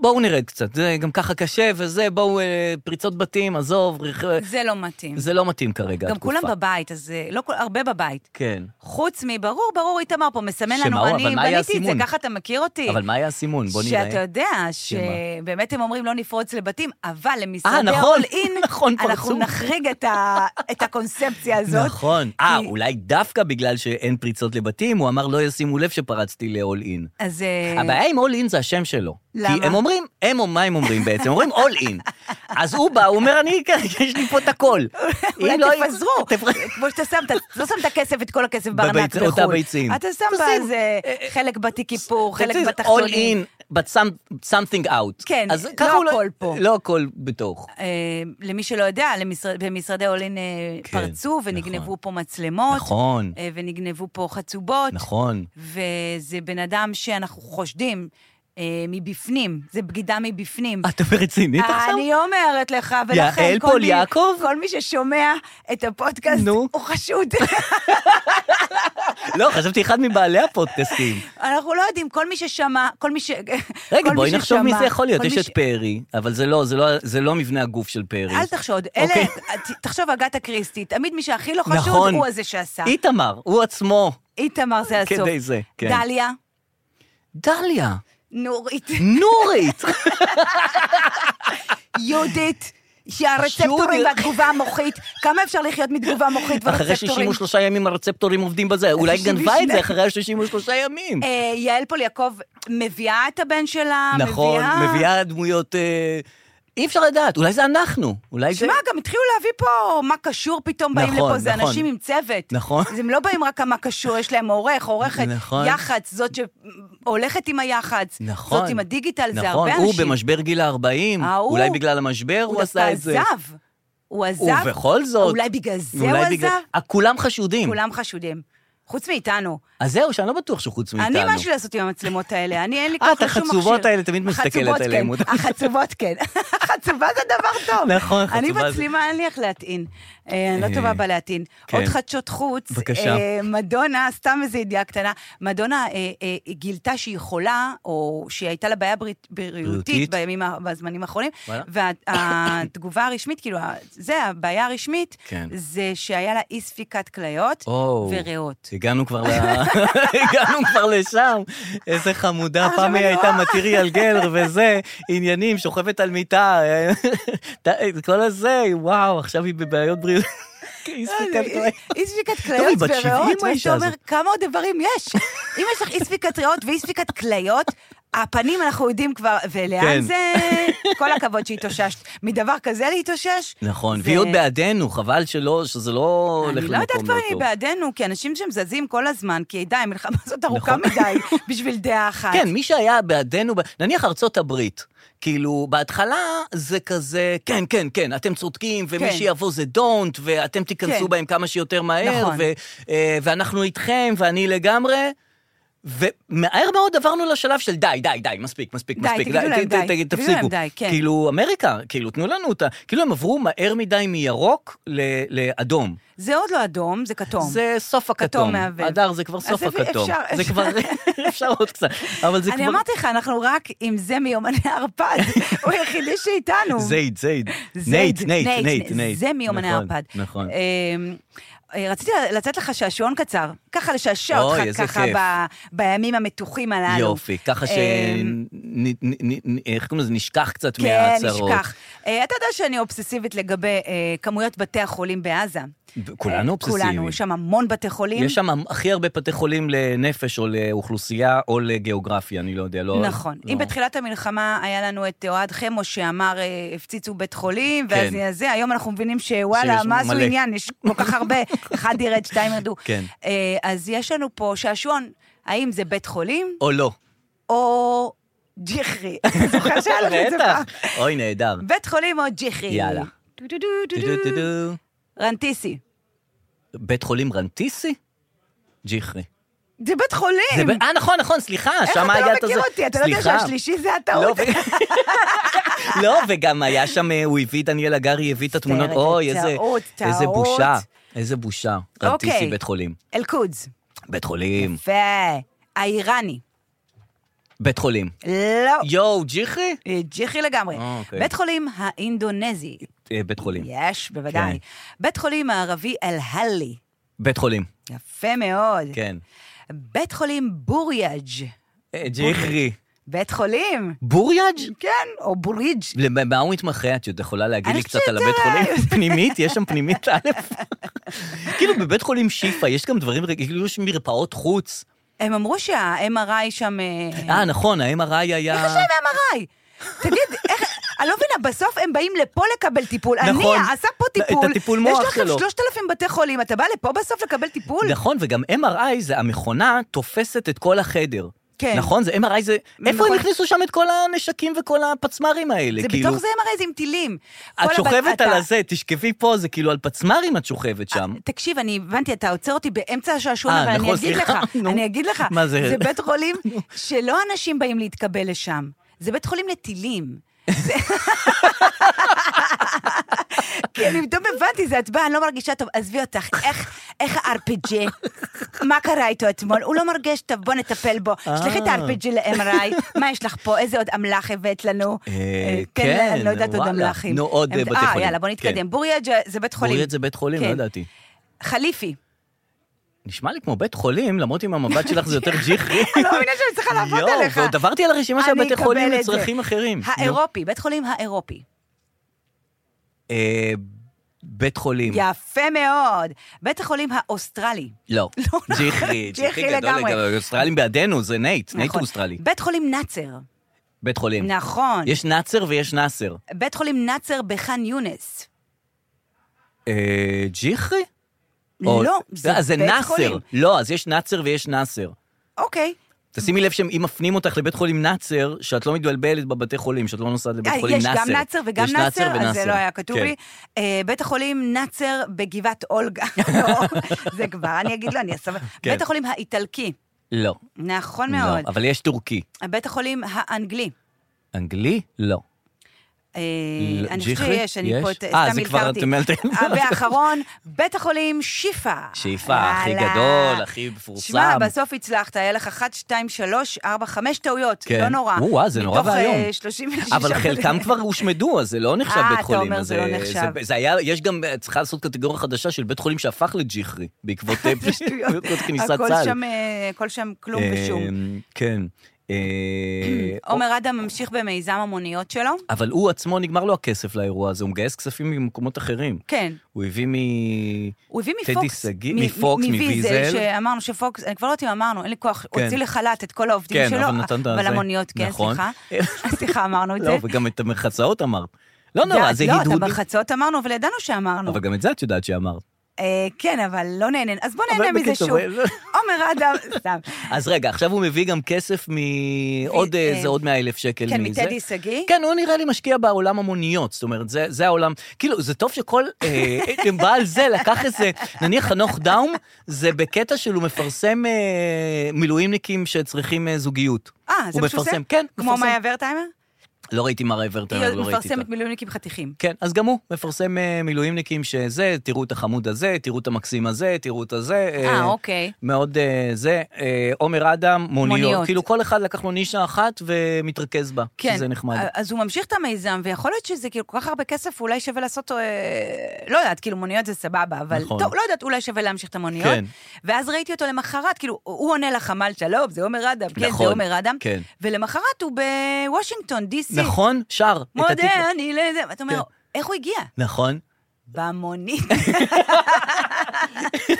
A: בואו נרד קצת, זה גם ככה קשה וזה, בואו, אה, פריצות בתים, עזוב, רכ...
B: זה לא מתאים.
A: זה לא מתאים כרגע,
B: גם
A: התקופה.
B: כולם בבית, אז אה, לא, כל- הרבה בבית.
A: כן.
B: חוץ מברור, ברור, איתמר פה מסמן
A: שמה הוא?
B: לנו,
A: אבל
B: אני
A: מה היה
B: בניתי את זה,
A: הסימון?
B: ככה אתה מכיר אותי.
A: אבל מה היה הסימון? בוא נראה.
B: שאתה יודע,
A: שמה?
B: שבאמת הם אומרים לא נפרוץ לבתים, אבל
A: אה,
B: למשרדי
A: נכון,
B: אול אין,
A: *laughs* נכון,
B: אנחנו
A: פרצו.
B: נחריג את ה- את הקונספציה הזאת.
A: נכון. אה,
B: כי-
A: אולי דווקא בגלל שאין פריצות לבתים, הוא אמר, לא ישימו לב שפרצתי ל-all in.
B: אז... אה,
A: הבעיה עם all in זה השם שלו.
B: למה?
A: כי הם אומרים, הם או מה הם אומרים בעצם, הם אומרים all in. אז הוא בא, הוא אומר, אני, כן, יש לי פה את הכל.
B: *laughs* אולי
A: אם לא-
B: תפזרו,
A: *laughs* תפ-
B: כמו שאתה שם, אתה לא שם את הכסף, את כל הכסף בארנק
A: בביצ-
B: בחו"ל.
A: אותה ביצים.
B: אתה שם
A: תשים. אה,
B: באיזה חלק בתיק איפור, חלק
A: This is all
B: בתחתונים.
A: in, but some- something out.
B: כן,
A: אז
B: לא
A: ככה הוא
B: הכל פה.
A: לא הכל בתוך.
B: אה, למי שלא יודע, למשרד- במשרדי אולין אה,
A: כן,
B: פרצו ונגנבו
A: נכון.
B: פה מצלמות,
A: נכון,
B: אה, ונגנבו פה חצובות,
A: נכון.
B: וזה בן אדם שאנחנו חושדים אה, מבפנים, זה בגידה מבפנים.
A: אה, את רצינית עכשיו?
B: אני אומרת לך, ולכן
A: יעל
B: כל
A: פול
B: מי,
A: יעקב?
B: כל מי ששומע את הפודקאסט
A: נו.
B: הוא
A: *laughs*
B: חשוד.
A: לא, חשבתי אחד מבעלי הפודקאסטים.
B: אנחנו לא יודעים, כל מי ששמע, כל מי ש... *laughs*
A: רגע,
B: כל
A: בואי
B: מי
A: נחשוב מי
B: ששמע,
A: זה יכול להיות.
B: כל
A: יש
B: מי
A: את
B: ש-
A: פרי, אבל זה לא, זה לא, זה לא מבנה הגוף של פרי.
B: אל תחשוד, אלה,
A: אוקיי.
B: ת- תחשוב אגת אקריסטי, תמיד מי שהכי לא חשוד
A: נכון.
B: הוא הזה שעשה.
A: איתמר, הוא עצמו.
B: איתמר זה הסוף.
A: כדי זה, כן.
B: דליה,
A: דליה,
B: נורית, *laughs*
A: נורית.
B: יהודית, שהרצפטורים
A: שודי.
B: והתגובה המוחית, כמה אפשר לחיות מתגובה מוחית ורצפטורים?
A: אחרי 63 ימים הרצפטורים עובדים בזה, אולי
B: שישים
A: גנבה את זה
B: ושניים.
A: אחרי ה-63 ימים.
B: אה, יעל פוליאקוב מביאה את הבן שלה,
A: נכון,
B: מביאה...
A: מביאה דמויות... אה, אי אפשר לדעת, אולי זה אנחנו. אולי זה...
B: שמע, גם התחילו להביא פה מה קשור פתאום באים
A: נכון,
B: לפה, זה
A: נכון.
B: אנשים עם צוות.
A: נכון.
B: אז הם לא באים רק כמה קשור, יש להם עורך, עורכת,
A: נכון.
B: יח"צ, זאת שהולכת עם היח"צ,
A: נכון.
B: זאת עם הדיגיטל,
A: נכון,
B: זה הרבה אנשים.
A: הוא במשבר גיל ה-40,
B: ההוא.
A: אולי בגלל המשבר הוא,
B: הוא
A: עשה את זה.
B: דווקא עזב. הוא עזב.
A: ובכל זאת...
B: אולי בגלל זה
A: אולי
B: הוא
A: בגלל-
B: עזב?
A: אה, כולם חשודים.
B: כולם חשודים. חוץ מאיתנו.
A: אז זהו, שאני לא בטוח שהוא חוץ מאיתנו.
B: אני, מה יש לי לעשות עם המצלמות האלה? אני, אין לי
A: אה,
B: כוח
A: את
B: לשום מכשיר.
A: החצובות האלה תמיד מסתכלת
B: החצובות,
A: עליהם.
B: כן. החצובות, כן. *laughs* החצובה זה דבר טוב.
A: נכון,
B: אני
A: חצובה זה-
B: מצלימה, אין לי איך להטעין. אה, אני
A: אה,
B: לא טובה בלהטעין.
A: כן.
B: עוד חדשות חוץ.
A: בבקשה.
B: אה, מדונה, סתם איזו ידיעה קטנה, מדונה אה, אה, גילתה שהיא חולה, או שהייתה לה בעיה ברית-
A: בריאותית.
B: בריאותית בימים, ה- בזמנים האחרונים,
A: וואלה.
B: והתגובה הרשמית, כאילו, ה- זה, הבעיה הרשמית,
A: כן.
B: זה שהיה לה אי ספיקת כליות
A: או.
B: וריאות.
A: הגענו כבר, ל... *laughs* הגענו כבר לשם, איזה חמודה,
B: עכשיו
A: פעם היא
B: אני
A: הייתה
B: רואה.
A: מטריאל גלר וזה, עניינים, שוכבת על מיטה, ת- כל הזה, וואו, עכשיו היא בבעיות בריאות.
B: אה,
A: היא ספיקת כליות.
B: אוקיי. אי ספיקת
A: טוב, היא
B: כליות
A: אוקיי. בת 70
B: וריאות, ואתה
A: האישה
B: אומר,
A: הזאת.
B: כמה עוד דברים
A: *laughs*
B: יש? אם יש לך אי ספיקת ריאות ואי ספיקת כליות, הפנים אנחנו יודעים כבר,
A: כן.
B: ולאן זה... כל הכבוד שהתאוששת. מדבר כזה להתאושש?
A: נכון,
B: זה-
A: והיא עוד בעדנו, חבל שלא, שזה לא הולך
B: אני
A: למקום
B: לא
A: לא
B: יודעת
A: טוב.
B: כבר אם היא בעדנו, כי אנשים שם זזים כל הזמן, כי די, *laughs* המלחמה הזאת ארוכה
A: נכון.
B: מדי
A: *laughs*
B: בשביל דעה אחת.
A: כן, מי שהיה בעדנו, ב- נניח ארצות הברית. כאילו, בהתחלה זה כזה, כן, כן, כן, אתם צודקים, ומי
B: כן.
A: שיבוא זה don't, ואתם תיכנסו
B: כן.
A: בהם כמה שיותר מהר,
B: נכון.
A: ו, אה, ואנחנו איתכם, ואני לגמרי. ומהר מאוד עברנו לשלב של די, די, די, מספיק, מספיק,
B: די,
A: מספיק.
B: תגידו להם
A: ת-
B: די,
A: ת-
B: תגידו
A: תפסיקו.
B: להם די, כן.
A: כאילו, אמריקה, כאילו, תנו לנו אותה. כאילו, הם עברו מהר מדי מירוק ל- לאדום.
B: זה עוד לא אדום, זה כתום.
A: זה סוף הכתום.
B: מהבהב.
A: אדר זה כבר
B: אז
A: סוף
B: אפי-
A: הכתום.
B: אפשר-
A: זה
B: *laughs*
A: כבר, אפשר עוד קצת. אבל זה כבר...
B: אני אמרתי לך, אנחנו רק עם זה מיומני *laughs* הערפד. הוא היחידי שאיתנו.
A: זייד, זייד. נייט,
B: זייד,
A: נייט, נייט, נייט.
B: זה מיומני
A: נכון,
B: הערפד.
A: נכון.
B: אמ, אה, רציתי לתת לך שעשועון קצר, ככה לשעשע
A: אוי,
B: אותך
A: איזה
B: ככה
A: כיף.
B: ב- בימים המתוחים הללו.
A: יופי, ככה ש...
B: אמ,
A: נ- נ- נ- נ- איך קוראים לזה? נשכח קצת
B: כן,
A: מההצהרות.
B: נשכח. אה, אתה יודע שאני אובססיבית לגבי אה, כמויות בתי החולים בעזה.
A: כולנו
B: אה,
A: אובססיביים.
B: כולנו, יש שם המון בתי חולים.
A: יש שם הכי הרבה בתי חולים לנפש או לאוכלוסייה או לגיאוגרפיה, אני לא יודע. לא,
B: נכון.
A: לא.
B: אם בתחילת המלחמה היה לנו את אוהד חמו שאמר, אה, הפציצו בית חולים, ואז
A: כן.
B: זה, היום אנחנו מבינים שוואלה,
A: שיש
B: מה זו
A: מלא.
B: עניין, יש כל כך
A: *laughs*
B: הרבה, אחד ירד, שתיים ירדו.
A: כן.
B: אה, אז יש לנו פה שעשועון, האם זה בית חולים
A: או
B: *laughs*
A: לא. *laughs*
B: או ג'יחרי? אתה זוכר שהיה לך את זה
A: בטח.
B: פעם?
A: אוי, נהדר.
B: בית חולים או ג'יחרי?
A: יאללה.
B: טו-טו-טו-טו-טו.
A: טו-טו-טו-טו.
B: רנטיסי.
A: בית חולים רנטיסי? ג'יחרי.
B: זה בית
A: זה ב-
B: חולים!
A: אה, נכון, נכון, סליחה,
B: כן. איך
A: שם
B: אתה
A: היה
B: לא
A: את הזה.
B: מכיר אותי? אתה לא יודע
A: סליחה.
B: שהשלישי זה
A: לא,
B: הטעות?
A: ו- *laughs* לא, וגם היה שם, אה, הוא הביא, דניאל הגרי הביא את התמונות,
B: סרט,
A: אוי, איזה,
B: טעות,
A: איזה
B: טעות.
A: בושה, איזה בושה. רנטיסי
B: אוקיי.
A: בית חולים.
B: אל-קודס.
A: בית חולים,
B: יפה. האיראני.
A: בית חולים.
B: לא.
A: יואו, ג'יחרי?
B: אה, ג'יחי לגמרי.
A: אה, אוקיי.
B: בית חולים האינדונזי.
A: אה, בית חולים.
B: יש, בוודאי.
A: כן.
B: בית חולים הערבי אל-הלי.
A: בית חולים,
B: יפה מאוד.
A: כן.
B: בית חולים בוריאג'.
A: אה, ג'יחרי.
B: בית חולים.
A: בוריאג'?
B: כן, או בוריג'.
A: למה הוא מתמחה? את יכולה להגיד
B: אני
A: לי קצת
B: חושבת
A: על הבית
B: שזה-
A: חולים? *laughs* פנימית? יש שם פנימית א'. *laughs* כאילו, בבית חולים שיפא יש גם דברים, כאילו יש מרפאות חוץ.
B: הם אמרו שה-MRI שם...
A: אה, נכון, ה-MRI היה...
B: איך כן. יש להם MRI? תגיד, איך... אני לא מבינה, בסוף הם באים לפה לקבל טיפול.
A: נכון.
B: אני עשה פה
A: את
B: טיפול.
A: הטיפול מוח
B: יש לכם
A: שלו.
B: 3,000 בתי חולים, אתה בא לפה בסוף לקבל טיפול?
A: נכון, וגם MRI זה, המכונה תופסת את כל החדר.
B: כן.
A: נכון? זה MRI זה... איפה הם
B: נכון.
A: הכניסו שם את כל הנשקים וכל הפצמ"רים האלה?
B: זה
A: כאילו,
B: בתוך זה MRI זה עם טילים.
A: את
B: כל הבת-
A: שוכבת על
B: אתה- אה,
A: הזה, תשכבי פה, זה כאילו על פצמ"רים את שוכבת שם.
B: תקשיב, אני הבנתי, אתה עוצר אותי באמצע השעשועון,
A: אה,
B: אבל
A: נכון,
B: אני אגיד לך,
A: סליחה, נו.
B: אני אגיד לך,
A: מה זה?
B: זה בית חולים שלא אנשים באים להתקבל לשם, זה בית חולים לטילים. זה- כי אני פתאום הבנתי, זה הצבעה, אני לא מרגישה טוב, עזבי אותך, איך, איך ה-RPG, מה קרה איתו אתמול? הוא לא מרגיש טוב, בוא נטפל בו.
A: אה.
B: שלחי את ה-RPG ל-MRI, מה יש לך פה? איזה עוד אמל"ח הבאת לנו?
A: אה,
B: אה,
A: כן,
B: אני לא יודעת עוד
A: וואלה.
B: אמל"חים.
A: נו, עוד,
B: הם-
A: אה, בתי
B: אה,
A: חולים.
B: יאללה, בוא
A: כן.
B: נתקדם. בוריאג' זה בית חולים.
A: בוריאט זה בית חולים, לא
B: כן.
A: ידעתי.
B: חליפי.
A: נשמע לי כמו בית חולים, למרות אם המבט שלך
B: *laughs*
A: זה יותר ג'יחי.
B: אני לא מאמינה שאני צריכה לעבוד
A: יואו,
B: עליך.
A: ועוד עברתי על הרשימה של
B: אני
A: בתי חולים
B: אקבל את זה.
A: לצרכים אחרים. לא. נו.
B: האירופי, בית חולים האירופי.
A: אה, בית חולים.
B: יפה מאוד. בית החולים האוסטרלי.
A: לא.
B: לא,
A: ג'יחרי,
B: ג'יחרי
A: ג'יחרי גדול
B: לגמרי.
A: לגמרי. אוסטרלים בעדנו, זה נייט, נייט הוא
B: נכון.
A: אוסטרלי.
B: בית חולים נאצר.
A: בית חולים.
B: נכון.
A: יש נאצר ויש נאסר.
B: בית חולים נאצר בח'אן יונס.
A: אה, ג'יחרי? או-
B: לא, זה
A: אה, זה
B: בית
A: נאסר.
B: חולים.
A: לא, אז יש נאצר ויש נאסר.
B: אוקיי.
A: תשימי לב שאם מפנים אותך לבית חולים נאצר, שאת לא מתבלבלת בבתי חולים, שאת לא נוסעת לבית
B: אה,
A: חולים
B: יש
A: נאצר.
B: גם נאצר וגם
A: יש
B: נאצר, אז זה
A: ונאסר.
B: לא היה כתוב
A: כן.
B: לי. אה, בית החולים נאצר בגבעת
A: *laughs*
B: אולגה. *laughs* לא, זה כבר, אני אגיד לו, אני אסביר.
A: כן.
B: בית החולים האיטלקי.
A: לא.
B: נכון מאוד.
A: לא, אבל יש טורקי.
B: בית החולים האנגלי.
A: אנגלי? לא.
B: אה,
A: ל-
B: אני חושבת
A: ג'יחרי?
B: שיש, אני
A: יש?
B: פה ת- סתם
A: אה,
B: מלתרתי.
A: זה כבר את מלתרת.
B: אה,
A: *laughs*
B: ואחרון, בית החולים שיפא.
A: שיפא, הכי
B: יאללה.
A: גדול, הכי מפורסם.
B: שמע, בסוף הצלחת, היה לך 1, 2, 3, 4, 5 טעויות,
A: כן.
B: לא נורא.
A: וואו, זה נורא ואיום.
B: מתוך אה, 36... *laughs*
A: אבל חלקם כבר הושמדו, אז זה לא נחשב
B: אה,
A: בית
B: אתה
A: חולים.
B: אומר,
A: אז
B: זה לא נחשב.
A: זה, זה היה, יש גם, אה, צריכה לעשות קטגוריה חדשה של בית חולים שהפך לג'יחרי, בעקבות
B: *laughs*
A: אה,
B: זה שטויות.
A: בעקבות כניסת
B: הכל
A: צה"ל.
B: שם, אה, הכל שם כלום ושום.
A: אה, כן.
B: *clears throat*
A: אה,
B: עומר אדם ממשיך במיזם המוניות שלו?
A: אבל הוא עצמו, נגמר לו הכסף לאירוע הזה, הוא מגייס כספים ממקומות אחרים.
B: כן.
A: הוא הביא מ...
B: הוא הביא
A: טדי
B: מפוקס.
A: שגיא-
B: מ-
A: מפוקס,
B: מ-
A: מוויזל.
B: שאמרנו שפוקס, אני כבר לא יודעת אם אמרנו, אין לי כוח,
A: כן.
B: הוציא לחל"ת את כל העובדים
A: כן,
B: שלו.
A: אבל נתן את
B: אבל
A: הזה.
B: המוניות, כן,
A: נכון.
B: סליחה.
A: *laughs*
B: סליחה, אמרנו את זה.
A: לא, וגם את המחצאות אמרת. לא נורא, זה
B: לא,
A: הידהוד.
B: אתה בחצות אמרנו, אבל ידענו שאמרנו.
A: אבל גם את זה את יודעת שאמרת.
B: אה, כן, אבל לא נהנה. אז בוא
A: אבל
B: נהנה מזה
A: בקיצור,
B: שוב.
A: אה,
B: עומר
A: *laughs*
B: אדם, סתם.
A: אז רגע, עכשיו הוא מביא גם כסף מעוד
B: אה,
A: איזה, עוד 100 אלף שקל
B: כן,
A: מזה.
B: מטדי שגיא.
A: *laughs* כן, הוא נראה לי משקיע בעולם המוניות, זאת אומרת, זה, זה העולם, כאילו, זה טוב שכל אה, בעל זה לקח איזה, נניח חנוך דאום, זה בקטע שלו מפרסם אה, מילואימניקים שצריכים אה, זוגיות.
B: אה, זה
A: הוא
B: מה שהוא עושה?
A: מפרסם, כן,
B: כמו
A: מפרסם.
B: מאיה ורטהיימר?
A: לא ראיתי מה ורטהיימר, לא
B: היא
A: ראיתי אותה.
B: מפרסמת מילואימניקים חתיכים.
A: כן, אז גם הוא מפרסם אה, מילואימניקים שזה, תראו את החמוד הזה, תראו את המקסים הזה, תראו את הזה.
B: אה, אוקיי.
A: מאוד אה, זה. אה, עומר אדם, מוניות.
B: מוניות.
A: כאילו כל אחד לקח לו נישה אחת ומתרכז בה,
B: כן.
A: שזה נחמד.
B: אז הוא ממשיך את המיזם, ויכול להיות שזה כאילו כל כך הרבה כסף, אולי שווה לעשות, אה, לא יודעת, כאילו מוניות זה סבבה, אבל
A: נכון.
B: טוב, לא יודעת, אולי שווה להמשיך את המוניות.
A: כן.
B: ואז ראיתי אותו למחרת, כאילו, הוא עונה לחמ"ל שלום, זה עומר אדם, כן, זה
A: נכון,
B: עומר אדם.
A: כן.
B: ולמחרת הוא בוושינגטון, די.סי.
A: נכון? שר. את התקווה.
B: מודה אני לזה, ואתה אומר,
A: כן.
B: איך הוא הגיע?
A: נכון.
B: במונית. *laughs*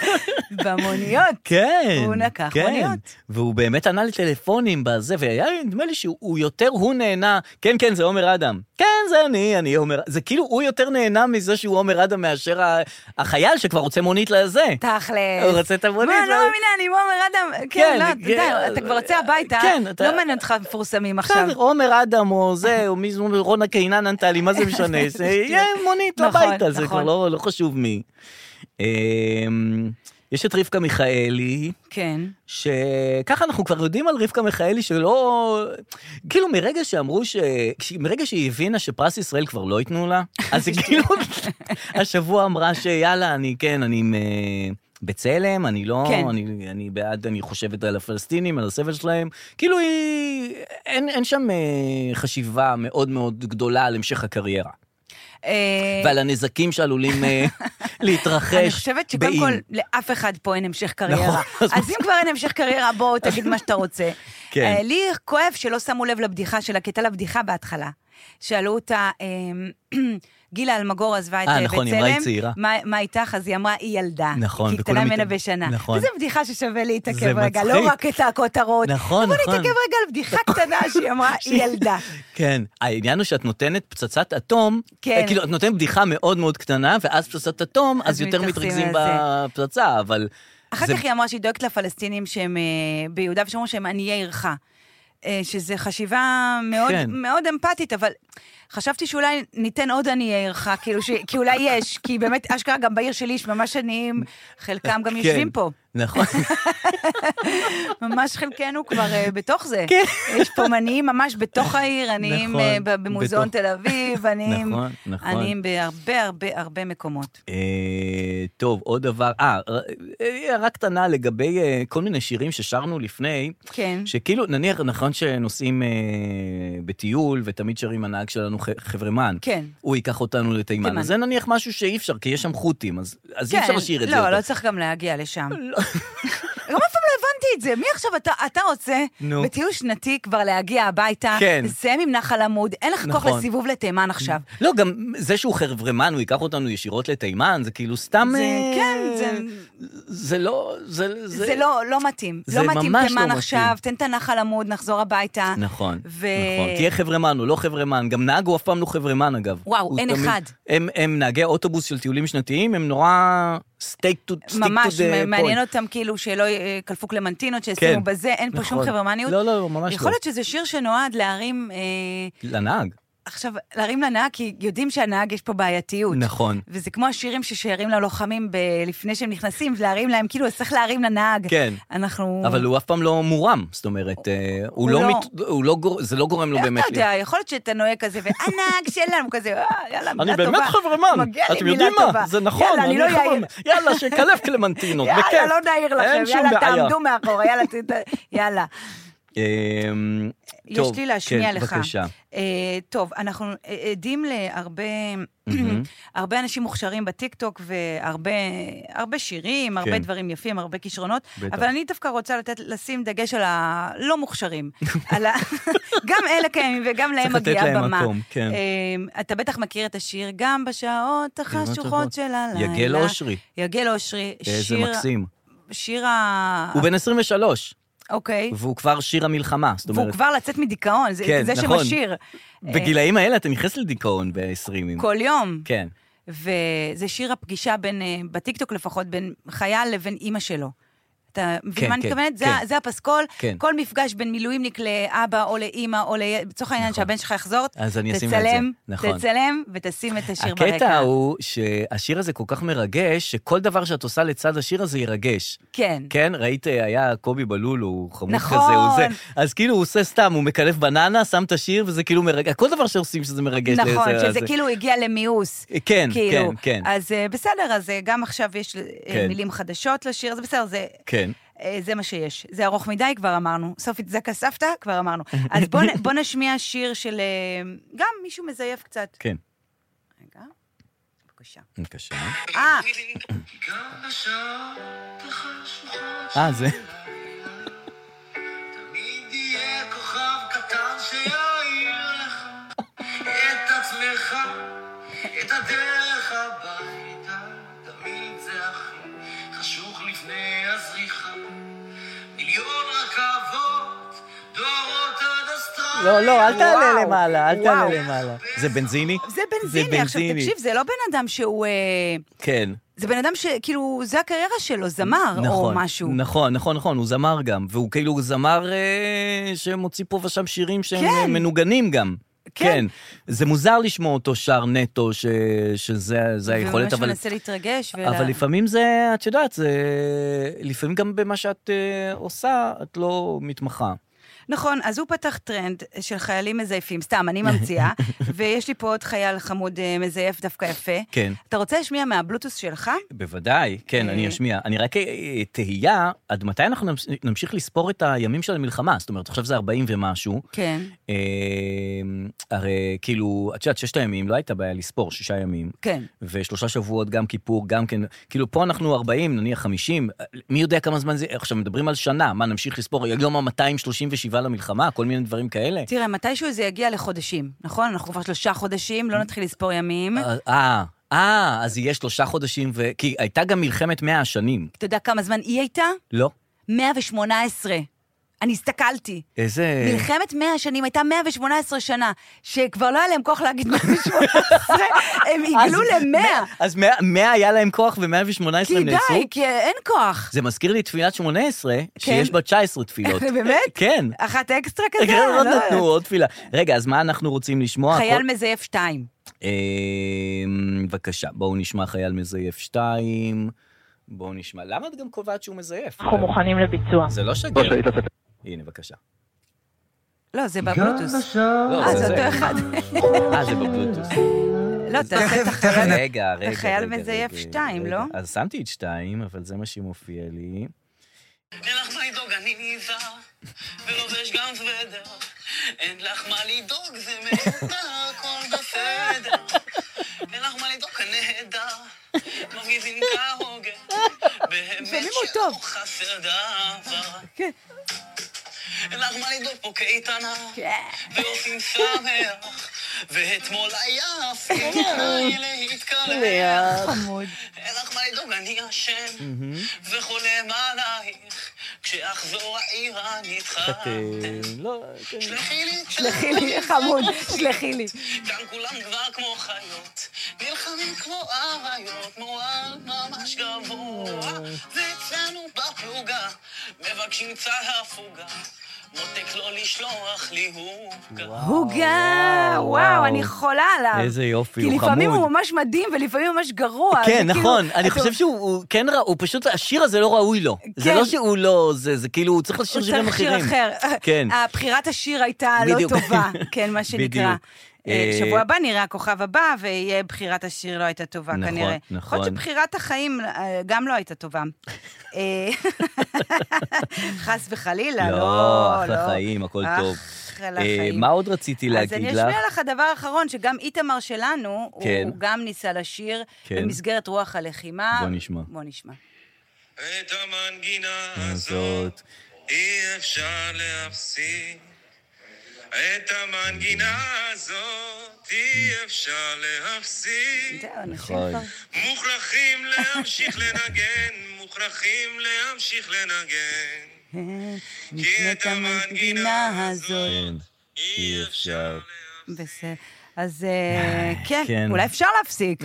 B: במוניות.
A: כן,
B: הוא לקח
A: כן.
B: מוניות.
A: והוא באמת ענה לטלפונים בזה, והיה נדמה לי שהוא יותר, הוא נהנה, כן, כן, זה עומר אדם. כן, זה אני, אני עומר, זה כאילו הוא יותר נהנה מזה שהוא עומר אדם מאשר ה- החייל שכבר רוצה מונית לזה.
B: תכלס.
A: הוא רוצה את המונית,
B: מה, לא
A: ואז-
B: מאמינה, אני עומר אדם. כן,
A: כן,
B: לא,
A: כן,
B: די, אתה כבר יוצא הביתה.
A: כן, אתה-
B: לא מעניין אותך מפורסמים עכשיו.
A: בסדר, עומר אדם או זה, או מי זה, רונה קינן ענתה לי, מה
B: *laughs*
A: זה משנה? זה יהיה מונית
B: נכון,
A: הביתה, זה כבר
B: נכון.
A: לא לא חשוב מי. אמ, יש את רבקה מיכאלי,
B: כן.
A: שככה אנחנו כבר יודעים על רבקה מיכאלי שלא... כאילו מרגע שאמרו ש... כש- מרגע שהיא הבינה שפרס ישראל כבר לא ייתנו לה, אז היא כאילו השבוע אמרה שיאללה, אני כן, אני עם... אה, בצלם, אני לא,
B: כן.
A: אני, אני בעד, אני חושבת על הפלסטינים, על הסבל שלהם. כאילו היא, אין, אין שם אה, חשיבה מאוד מאוד גדולה על המשך הקריירה.
B: אה,
A: ועל הנזקים שעלולים אה, להתרחש.
B: *laughs* אני חושבת שקודם
A: באם.
B: כל, לאף אחד פה אין המשך קריירה.
A: נכון, אז-
B: אז אם כבר אין המשך קריירה,
A: *laughs*
B: בואו תגיד מה שאתה רוצה.
A: כן.
B: אה, לי כואב שלא שמו לב לבדיחה שלה, כי הייתה לה בדיחה בהתחלה. שאלו אותה, אה, *clears throat* גילה אלמגור עזבה את
A: אה,
B: אה, בצלם.
A: נכון, היא אמרה, היא צעירה.
B: מה- מה איתך? אז היא אמרה, היא ילדה.
A: נכון,
B: כי היא קטנה
A: וכולם
B: ממנה
A: איתה-
B: בשנה.
A: נכון.
B: וזו בדיחה ששווה
A: זה
B: להתעכב רגע, לא
A: מצחיק.
B: רק את הכותרות.
A: נכון,
B: בוא
A: נכון.
B: נתעכב רגע על בדיחה קטנה שהיא
A: *laughs*
B: אמרה, היא ילדה.
A: כן, העניין הוא שאת נותנת פצצת אטום,
B: כן.
A: כן. כאילו, את נותנת בדיחה מאוד מאוד קטנה, ואז פצצת אטום,
B: אז
A: אז יותר
B: מתייחסים
A: מתרכזים
B: לזה.
A: בפצצה, אבל...
B: אחר
A: זה-
B: כך היא אמרה שהיא דואגת לפלסטינים שהם אה, ביהודה ושומרון, שהם עניי עירך. אה, שזה חשיבה מאוד,
A: כן.
B: מאוד אמפתית, אבל חשבתי שאולי ניתן עוד עניי עירך, כאילו ש... כי אולי יש, כי באמת, אשכרה, גם בעיר שלי יש ממש עניים, חלקם גם
A: כן,
B: יושבים פה.
A: *laughs* נכון,
B: ממש חלקנו כבר אה, בתוך זה.
A: כן.
B: יש פה עניים ממש בתוך העיר, עניים
A: נכון,
B: אה, ב- במוזיאון
A: בתוך-
B: תל אביב, עניים
A: נכון, נכון.
B: עניים בהרבה הרבה הרבה מקומות.
A: אה, טוב, עוד דבר, אה, ר- אה, הערה קטנה לגבי אה, כל מיני שירים ששרנו לפני,
B: כן.
A: שכאילו, נניח, נכון שנוסעים אה, בטיול ותמיד שרים הנהג הנהג שלנו ח- חברמן.
B: כן.
A: הוא ייקח אותנו לתימן.
B: תימן.
A: אז זה נניח משהו שאי אפשר, כי יש שם חות'ים, אז אז אי אפשר להשאיר את זה. לא.
B: לא,
A: יותר.
B: לא צריך גם להגיע לשם. *laughs* גם אף פעם לא הבנתי את זה. מי עכשיו אתה, אתה רוצה,
A: נו.
B: בטיול שנתי כבר להגיע הביתה,
A: כן.
B: לסיים עם נחל עמוד, אין לך כוח
A: נכון.
B: לסיבוב לתימן עכשיו.
A: לא, גם זה שהוא חברמן, הוא ייקח אותנו ישירות לתימן, זה כאילו סתם...
B: זה-
A: אה,
B: כן, זה-
A: זה לא... זה...
B: זה לא, לא מתאים.
A: זה
B: לא מתאים
A: ממש לא
B: תימן
A: מתאים.
B: עכשיו, תן את הנחל עמוד, נחזור הביתה.
A: נכון,
B: ו-
A: נכון. תהיה חברמן, הוא לא חברמן. גם נהג הוא אף פעם לא חברמן, אגב.
B: וואו,
A: הוא
B: אין
A: תמיד-
B: אחד.
A: הם, הם נהגי אוטובוס של טיולים שנתיים, הם נורא סטייק טו דפוינט.
B: ממש, מעניין אותם כאילו שלא אה, קלפו קלמנטינות, שישימו בזה, אין פה שום חברמניות.
A: כן. לא, לא, ממש לא.
B: יכול להיות שזה שיר שנועד להרים, אה,
A: לנהג.
B: עכשיו, להרים לנהג, כי יודעים שהנהג יש פה בעייתיות. *laughs*
A: נכון.
B: וזה כמו השירים ששיירים ללוחמים ב- לפני שהם נכנסים, להרים להם, כאילו, אז צריך להרים לנהג.
A: כן.
B: אנחנו...
A: אבל הוא אף פעם לא מורם, זאת אומרת, אה, הוא
B: הוא
A: לא,
B: לא-
A: מת- הוא לא גור- זה לא גורם לו באמת
B: אתה יודע, יכול להיות שאתה נוהג כזה, והנהג שלנו כזה, "אה, יאללה, מילה טובה.
A: אני באמת חברמן,
B: מגיע לי
A: אתם
B: מילה
A: יודעים מה,
B: טובה.
A: זה נכון,
B: יאללה, אני לא יאיר.
A: חברמן. יאללה,
B: *laughs*
A: שקלף קלמנטינות, בכיף.
B: יאללה, לא נעיר לכם,
A: אין שום
B: יאללה,
A: בעיה.
B: תעמדו מאחור, יאללה, ת- ת- יאללה.
A: אמ,
B: יש
A: טוב,
B: לי להשמיע
A: כן,
B: לך.
A: בבקשה.
B: אה, טוב, אנחנו אה, עדים להרבה
A: מהמם.
B: הרבה אנשים מוכשרים בטיקטוק, והרבה הרבה שירים, הרבה
A: כן.
B: דברים יפים, הרבה כישרונות,
A: בטח.
B: אבל אני דווקא רוצה לתת, לשים דגש על הלא
A: *laughs*
B: מוכשרים. על ה... *laughs* גם אלה קיימים וגם להם
A: צריך לתת
B: מגיעה
A: להם
B: במה.
A: מקום, כן.
B: אה, אתה בטח מכיר את השיר, גם בשעות
A: הטובות".
B: החשוכות של הלילה.
A: יגל אושרי.
B: יגל אושרי,
A: איזה
B: שיר...
A: מקסים.
B: שיר ה...
A: הוא בן 23,
B: אוקיי.
A: והוא כבר שיר המלחמה, זאת
B: והוא
A: אומרת.
B: כבר לצאת מדיכאון, זה
A: כן,
B: זה
A: נכון.
B: שמשיר.
A: בגילאים האלה אתה נכנס לדיכאון ב-20.
B: כל יום.
A: כן.
B: וזה שיר הפגישה בין, אה, בטיקטוק לפחות, בין חייל לבין אימא שלו. אתה מבין
A: כן,
B: מה
A: כן,
B: אני מתכוונת? זה
A: כן.
B: ה- זה הפסקול.
A: כן.
B: כל מפגש בין מילואימניק לאבא או לאימא או ל... לצורך העניין
A: נכון.
B: שהבן שלך יחזור,
A: אז אני אשים לך את זה.
B: תצלם,
A: נכון.
B: תצלם ותשים את השיר ברקע.
A: הקטע הוא שהשיר הזה כל כך מרגש, שכל דבר שאת עושה לצד השיר הזה ירגש.
B: כן.
A: כן, ראית, היה קובי בלול, הוא חמוד
B: נכון.
A: כזה, הוא זה. אז כאילו הוא עושה סתם, הוא מקלף בננה, שם את השיר, וזה כאילו מרגש, כל דבר שעושים שזה מרגש.
B: נכון,
A: לזה-
B: שזה
A: זה-
B: כאילו הגיע למיאוס.
A: כן,
B: כאילו.
A: כן, כן.
B: אז אה, בסדר, אז אה, גם עכשיו יש אה,
A: כן.
B: מילים חדשות לשיר, זה בסדר, זה...
A: כן.
B: אה, זה מה שיש. זה ארוך מדי, כבר אמרנו. סופית זקה סבתא,
A: *laughs*
B: כבר אמרנו. אז בואו בוא נשמיע שיר של... אה, גם מישהו מזייף קצת.
A: כן,
B: רגע, בבקשה.
A: בבקשה.
B: אה,
A: אה,
B: *laughs*
A: זה...
C: תמיד יהיה כוכב קטן שיעיר לך את עצמך, את הדרך הביתה. תמיד זה הכי חשוך לפני הזריחה. מיליון רכבות, דורות עד הסטרנד.
A: לא, לא, אל תעלה
B: וואו,
A: למעלה, אל
B: וואו.
A: תעלה למעלה. זה בנזיני?
B: זה בנזיני. עכשיו, תקשיב, זה לא בן אדם שהוא... אה,
A: כן.
B: זה בן אדם שכאילו, זה הקריירה שלו, זמר או
A: נכון,
B: משהו.
A: נכון, נכון, נכון, הוא זמר גם, והוא כאילו זמר אה, שמוציא פה ושם שירים שהם
B: כן.
A: אה, מנוגנים גם.
B: כן.
A: כן. זה מוזר לשמוע אותו שר נטו, ש, שזה זה היכולת,
B: וממש
A: אבל,
B: מנסה להתרגש. ולה-
A: אבל לפעמים זה, את יודעת, זה... לפעמים גם במה שאת אה, עושה, את לא מתמחה.
B: נכון, אז הוא פתח טרנד של חיילים מזייפים, סתם,
A: *laughs*
B: אני ממציאה, ויש לי פה עוד חייל חמוד אה, מזייף דווקא יפה.
A: כן.
B: אתה רוצה להשמיע מהבלוטוס שלך?
A: בוודאי, כן, אני
B: אה,
A: אשמיע. אני רק אה, אה, תהייה, עד מתי אנחנו נמש- נמשיך לספור את הימים של המלחמה? זאת אומרת, עכשיו זה 40 ומשהו.
B: כן.
A: אה, הרי כאילו, את יודעת, ששת הימים, לא הייתה בעיה לספור, שישה ימים.
B: כן.
A: ושלושה שבועות, גם כיפור, גם כן, כאילו פה אנחנו 40, נניח 50, מי יודע כמה זמן זה, עכשיו מדברים על שנה, מה, נמשיך לספור, יום ה-237 למלחמה, כל מיני דברים כאלה?
B: תראה, מתישהו זה יגיע לחודשים, נכון? אנחנו כבר שלושה חודשים, לא נתחיל לספור ימים.
A: אה, אה, אז יהיה שלושה חודשים, ו... כי הייתה גם מלחמת 100 השנים,
B: אתה יודע כמה זמן היא הייתה?
A: לא?
B: 118. אני הסתכלתי.
A: איזה...
B: מלחמת 100 השנים הייתה 118 שנה, שכבר לא היה להם כוח להגיד 118,
A: *laughs*
B: הם עיגלו
A: אז-
B: ל-100.
A: אז 100, 100 היה להם כוח ו-118
B: כי
A: הם נעצרו?
B: די, כי אין כוח.
A: זה מזכיר לי תפילת 18, שיש בה 19 תפילות.
B: כן. *laughs* באמת?
A: כן.
B: אחת אקסטרה כזה?
A: כן,
B: לא
A: *laughs* עוד
B: יודעת.
A: נתנו עוד תפילה. רגע, אז מה אנחנו רוצים לשמוע?
B: חייל
A: כל-
B: מזייף 2.
A: אמ, בבקשה, בואו נשמע חייל מזייף 2. בואו נשמע. למה את גם קובעת שהוא מזייף?
E: אנחנו מוכנים לביצוע.
A: זה לא שגר. הנה, בבקשה.
B: לא, זה בבלוטוס.
A: לא,
B: אה, זה אותו אחד.
A: אה, זה בבלוטוס.
B: לא, תעשה את
A: רגע,
B: החייל.
A: רגע, רגע.
B: חייל
A: רגע,
B: מזייף
A: רגע,
B: שתיים,
A: רגע.
B: לא?
A: אז שמתי את שתיים, אבל זה מה שמופיע לי.
C: אין לך מה לדאוג, אני עיווה, ולובש גם סוודר, אין לך מה לדאוג, זה מיותר, הכל בסדר. אין לך מה לדאוג, הנהדר. מרגיזים כהוגן.
B: שומעים
C: באמת
B: אותו
C: שלא
B: טוב.
C: חסר דבר.
B: כן.
C: אין לך מה לדאוג פה קייטנה.
B: כן.
C: ועושים שמח. ואתמול היה אפילו
B: כן.
C: עליי להתקלח.
A: לאה.
B: חמוד.
C: אין לך מה לדאוג, אני אשם, וחולם עלייך, כשאחזור העירה נתחתן.
A: אה, לא, כן.
C: שלחי לי,
B: שלחי לי, חמוד, שלחי לי.
C: כאן כולם כבר כמו חיות, נלחמים כמו אריות, מורל ממש גבוה, ואצלנו בפלוגה, מבקשים צהר הפוגה, מותק לא לשלוח לי הוגה.
B: עוגה,
A: וואו,
B: וואו,
A: וואו.
B: אני חולה עליו.
A: איזה יופי,
B: כי
A: הוא
B: לפעמים
A: חמוד.
B: הוא ממש מדהים ולפעמים הוא ממש גרוע.
A: כן,
B: זה כאילו-
A: נכון, אני
B: אתה-
A: חושב שהוא הוא כן רע, הוא פשוט, השיר הזה לא ראוי לו. זה
B: כן.
A: לא שהוא לא, זה זה כאילו, הוא צריך לשיר
B: הוא
A: שירים
B: צריך
A: אחרים.
B: שיר אחר.
A: *laughs*
B: אה,
A: כן.
B: בחירת השיר הייתה לא
A: בדיוק. *laughs*
B: טובה, כן, מה שנקרא.
A: בדיוק.
B: אה,
A: אה,
B: שבוע הבא נראה הכוכב הבא, ויהיה בחירת השיר לא הייתה טובה
A: נכון,
B: כנראה. יכול להיות
A: נכון.
B: שבחירת החיים אה, גם לא הייתה טובה. אה, *laughs* חס וחלילה,
A: לא,
B: לא, לא.
A: אחלה חיים, הכל
B: אח,
A: טוב.
B: אחלה
A: אה,
B: חיים.
A: מה עוד רציתי
B: אז אני
A: להגיד לך?
B: אשמיע לך דבר אחרון, שגם איתמר שלנו, הוא
A: כן.
B: הוא גם ניסה לשיר
A: כן.
B: במסגרת רוח הלחימה.
A: בוא נשמע.
B: בוא נשמע.
C: את המנגינה
A: הזאת.
C: הזאת אי אפשר להפסיק. את המנגינה הזאת אי אפשר להפסיק.
B: זהו, אנשים
A: נכון.
B: כבר...
C: מוכרחים להמשיך לנגן, מוכרחים להמשיך לנגן.
B: נקנה את המנגינה הזאת.
A: כן,
C: אי אפשר.
B: בסדר. אז אה, כן,
A: כן.
B: אולי אפשר להפסיק.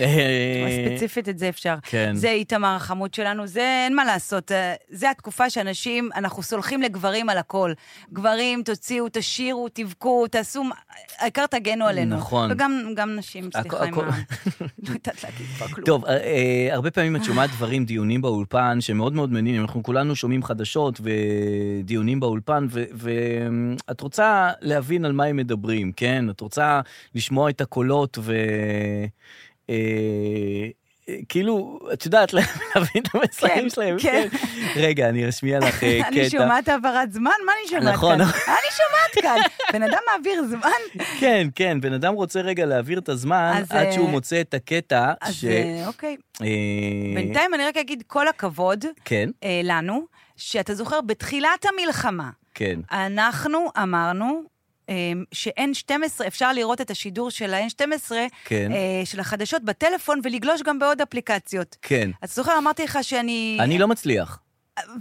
A: *laughs* אה,
B: ספציפית את זה אפשר.
A: כן.
B: זה איתמר החמוד שלנו, זה אין מה לעשות. אה, זה התקופה שאנשים, אנחנו סולחים לגברים על הכל. גברים, תוציאו, תשירו, תבכו, תעשו, מ- העיקר תגנו עלינו.
A: נכון.
B: וגם גם נשים,
A: הכל-
B: סליחה, עם ה...
A: הכל- *laughs*
B: לא יודעת להגיד כבר כלום.
A: טוב, אה, אה, הרבה פעמים
B: *laughs*
A: את שומעת דברים, דיונים באולפן, שמאוד מאוד מעניינים. אנחנו כולנו שומעים חדשות ודיונים באולפן, ואת רוצה להבין על מה הם מדברים, כן? את רוצה לשמוע את הקולות ו... אה, אה, כאילו, את יודעת, *laughs* להבין את המסרים
B: כן,
A: שלהם.
B: כן.
A: רגע, אני אשמיע
B: *laughs*
A: לך *laughs* אה, קטע.
B: אני שומעת העברת זמן? מה אני שומעת
A: נכון.
B: כאן? אני שומעת
A: *laughs*
B: כאן. בן אדם מעביר זמן?
A: כן, כן, בן אדם רוצה רגע להעביר את הזמן
B: אז,
A: עד שהוא
B: אה,
A: מוצא את הקטע
B: אז
A: ש...
B: אה, אוקיי.
A: אה,
B: בינתיים אני רק אגיד כל הכבוד
A: כן,
B: אה, לנו, שאתה זוכר, בתחילת המלחמה,
A: כן.
B: אנחנו אמרנו אה, ש-N12, אפשר לראות את השידור של ה-N12,
A: כן.
B: אה, של החדשות בטלפון, ולגלוש גם בעוד אפליקציות.
A: כן.
B: אתה זוכר, אמרתי לך שאני...
A: אני לא מצליח.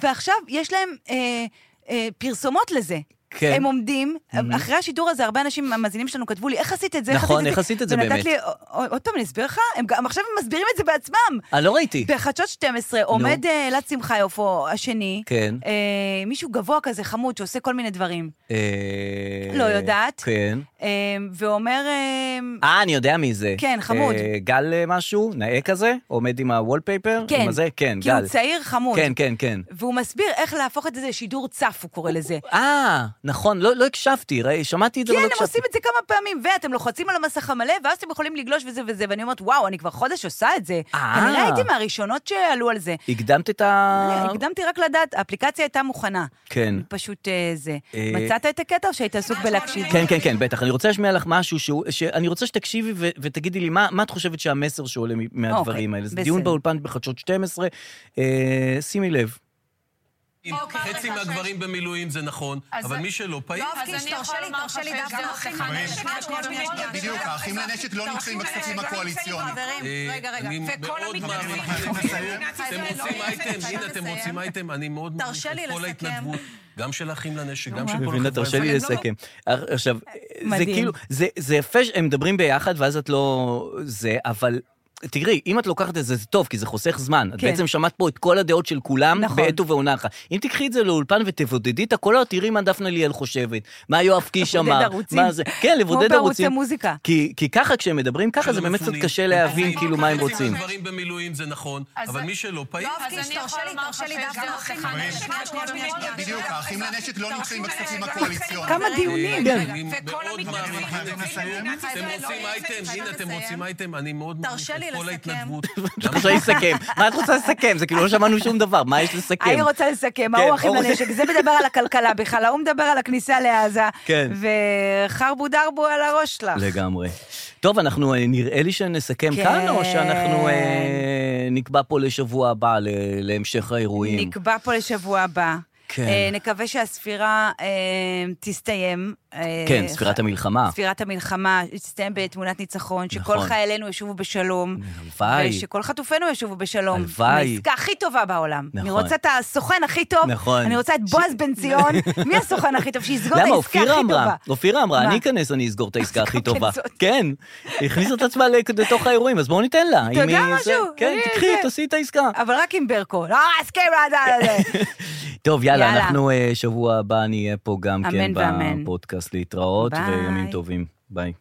B: ועכשיו יש להם אה, אה, פרסומות לזה.
A: כן.
B: הם עומדים, אחרי השידור הזה, הרבה אנשים, המאזינים שלנו כתבו לי, איך עשית את זה?
A: נכון, איך עשית את זה
B: ונתת
A: באמת?"
B: לי, "א- א- עוד פעם, אני אסביר לך, הם גם עכשיו הם מסבירים את זה בעצמם.
A: אה, לא ראיתי.
B: בחדשות 12 עומד אה, אלעד שמחיוף, או השני,
A: כן.
B: אה, מישהו גבוה כזה, חמוד, שעושה כל מיני דברים,
A: אה,
B: לא יודעת.
A: כן.
B: אה, ואומר, אה,
A: אה, אני יודע מי זה.
B: כן, חמוד.
A: אה, גל אה, משהו, נאה כזה, עומד עם הוולפייפר.
B: כן,
A: עם הזה, כן,
B: כי הוא
A: גל.
B: צעיר חמוד.
A: כן, כן, כן.
B: והוא מסביר איך להפוך את זה לשידור צף, הוא קורא לזה.
A: אה, נכון, לא לא הקשבתי, ראי, שמעתי את זה,
B: כן,
A: אבל לא הקשבתי.
B: הם עושים את זה כמה פעמים, ואתם לוחצים על המסך המלא, ואז אתם יכולים לגלוש וזה וזה, ואני אומרת, וואו, אני כבר חודש עושה את זה.
A: אה.
B: כנראה הייתי מהראשונות שעלו על זה. לא,
A: הקדמת את ה...
B: הקדמתי רק לדעת, האפליקציה הייתה מוכנה.
A: כן.
B: פשוט אה, זה.
A: אה,
B: מצאת את הקטע או שהיית עסוק בלהקשיב?
A: כן, כן, כן, בטח. אני רוצה להשמיע לך משהו שהוא, שאני רוצה שתקשיבי ו- ותגידי לי מה, מה את חושבת שהמסר שעולה מ- מהדברים האלה. זה
B: אוקיי, בסדר.
A: דיון באולפן בחדשות 12. אה, שימי לב.
F: אוקיי,
E: חצי מהגברים במילואים זה נכון, אבל מי שלא פעיל...
F: אז אני יכול לומר לך שיש גם אחים לנשק
G: בדיוק, האחים לנשק לא נמצאים בכספים הקואליציוניים.
E: אה,
F: רגע, רגע,
E: אני
F: וכל
E: מאוד
F: המתנדבים.
E: מעריך את זה. אתם רוצים אייטם,
F: חייבים
E: הנה אתם
F: לסיים.
E: רוצים אייטם, אני מאוד מעריך
F: תרשה
E: את
F: לי
E: כל
F: לסכם.
E: ההתנדבות, גם של אחים לנשק, גם של כל החברה.
A: מבינה, תרשה לי
F: האזרחית.
A: לסכם. עכשיו, זה
B: לא, מדהים.
A: כאילו, זה- זה יפה שהם מדברים ביחד, ואז את לא... זה, אבל... תראי, אם את לוקחת את זה, זה טוב, כי זה חוסך זמן. את
B: כן.
A: בעצם שמעת פה את כל הדעות של כולם,
B: נכון.
A: בעת ובעונה אחת. אם תקחי את זה לאולפן ותבודדי את הכל, תראי מה דפנה ליאל חושבת, מה יואב קיש
B: לבודד
A: אמר,
B: ערוצים.
A: מה זה... כן,
B: כמו
A: לבודד
B: בערוצי
A: ערוצים.
B: מוזיקה.
A: כי כי ככה, כשהם מדברים ככה,
E: של
A: זה באמת קצת
E: המפונים.
A: קשה
E: אז
A: להבין
E: אני- לא
A: כאילו מה הם
E: חצי
A: רוצים.
E: מהגברים במילואים זה נכון, אבל מי שלא פעיל... אה,
F: יואב קיש, תרשה לי, תרשה לי דווקא אחים לנשק.
G: בדיוק, האחים לנשק לא נמצאים בכספים הקואליציוניים.
B: כמה דיונים.
A: כן.
E: אה, אני
F: וכל
E: מאוד מעריך.
G: חייבים
E: אתם
G: לסיים.
E: רוצים אייטם? הנה, אתם רוצים אייטם? אני מאוד מעריך
F: תרשה לי לסכם.
E: את כל
A: *laughs*
E: ההתנדבות.
A: את רוצה לסכם? מה את רוצה לסכם? זה כאילו לא שמענו שום דבר, מה יש לסכם?
B: אני רוצה
A: כן,
B: לסכם, ההוא אחים
A: אור-
B: לנשק, זה מדבר על הכלכלה בכלל, ההוא מדבר על הכניסה לעזה,
A: כן.
B: וחרבו דרבו על הראש שלך.
A: לגמרי. טוב, אנחנו, אה, נראה לי שנסכם
B: כן.
A: כאן, או שאנחנו אה, נקבע פה לשבוע הבא, ל- להמשך האירועים?
B: נקבע פה לשבוע הבא.
A: כן.
B: אה, נקווה שהספירה אה, תסתיים. אה,
A: כן, ספירת המלחמה.
B: ספירת המלחמה תסתיים בתמונת ניצחון, שכל
A: נכון.
B: חיילינו ישובו בשלום.
A: הלוואי.
B: ושכל חטופינו ישובו בשלום.
A: הלוואי.
B: העסקה הכי טובה בעולם.
A: נכון.
B: אני רוצה את הסוכן הכי טוב.
A: נכון.
B: אני רוצה את
A: ש-
B: בועז בן
A: *laughs*
B: ציון. מי הסוכן הכי טוב? שיסגור את
A: למה?
B: העסקה הכי
A: אופירה
B: טובה.
A: אמרה, אופירה אמרה,
B: מה?
A: אני אכנס, אני אסגור את העסקה הכי
B: גם
A: טובה.
B: כן זאת.
A: כן, היא הכניסה את עצמה לכ- לתוך האירועים, אז בואו ניתן לה.
B: אתה
A: אם
B: יודע
A: היא- זה-
B: משהו?
A: כן,
B: אני-
A: תקחי,
B: זה-
A: תעשי את העסקה.
B: אבל רק עם ברקו. לא, הסכם עד
A: *laughs* טוב, יאללה,
B: יאללה.
A: אנחנו אה, שבוע הבא נהיה פה גם כן
B: אמן ואמן.
A: בפודקאסט להתראות,
B: ביי.
A: וימים טובים. ביי.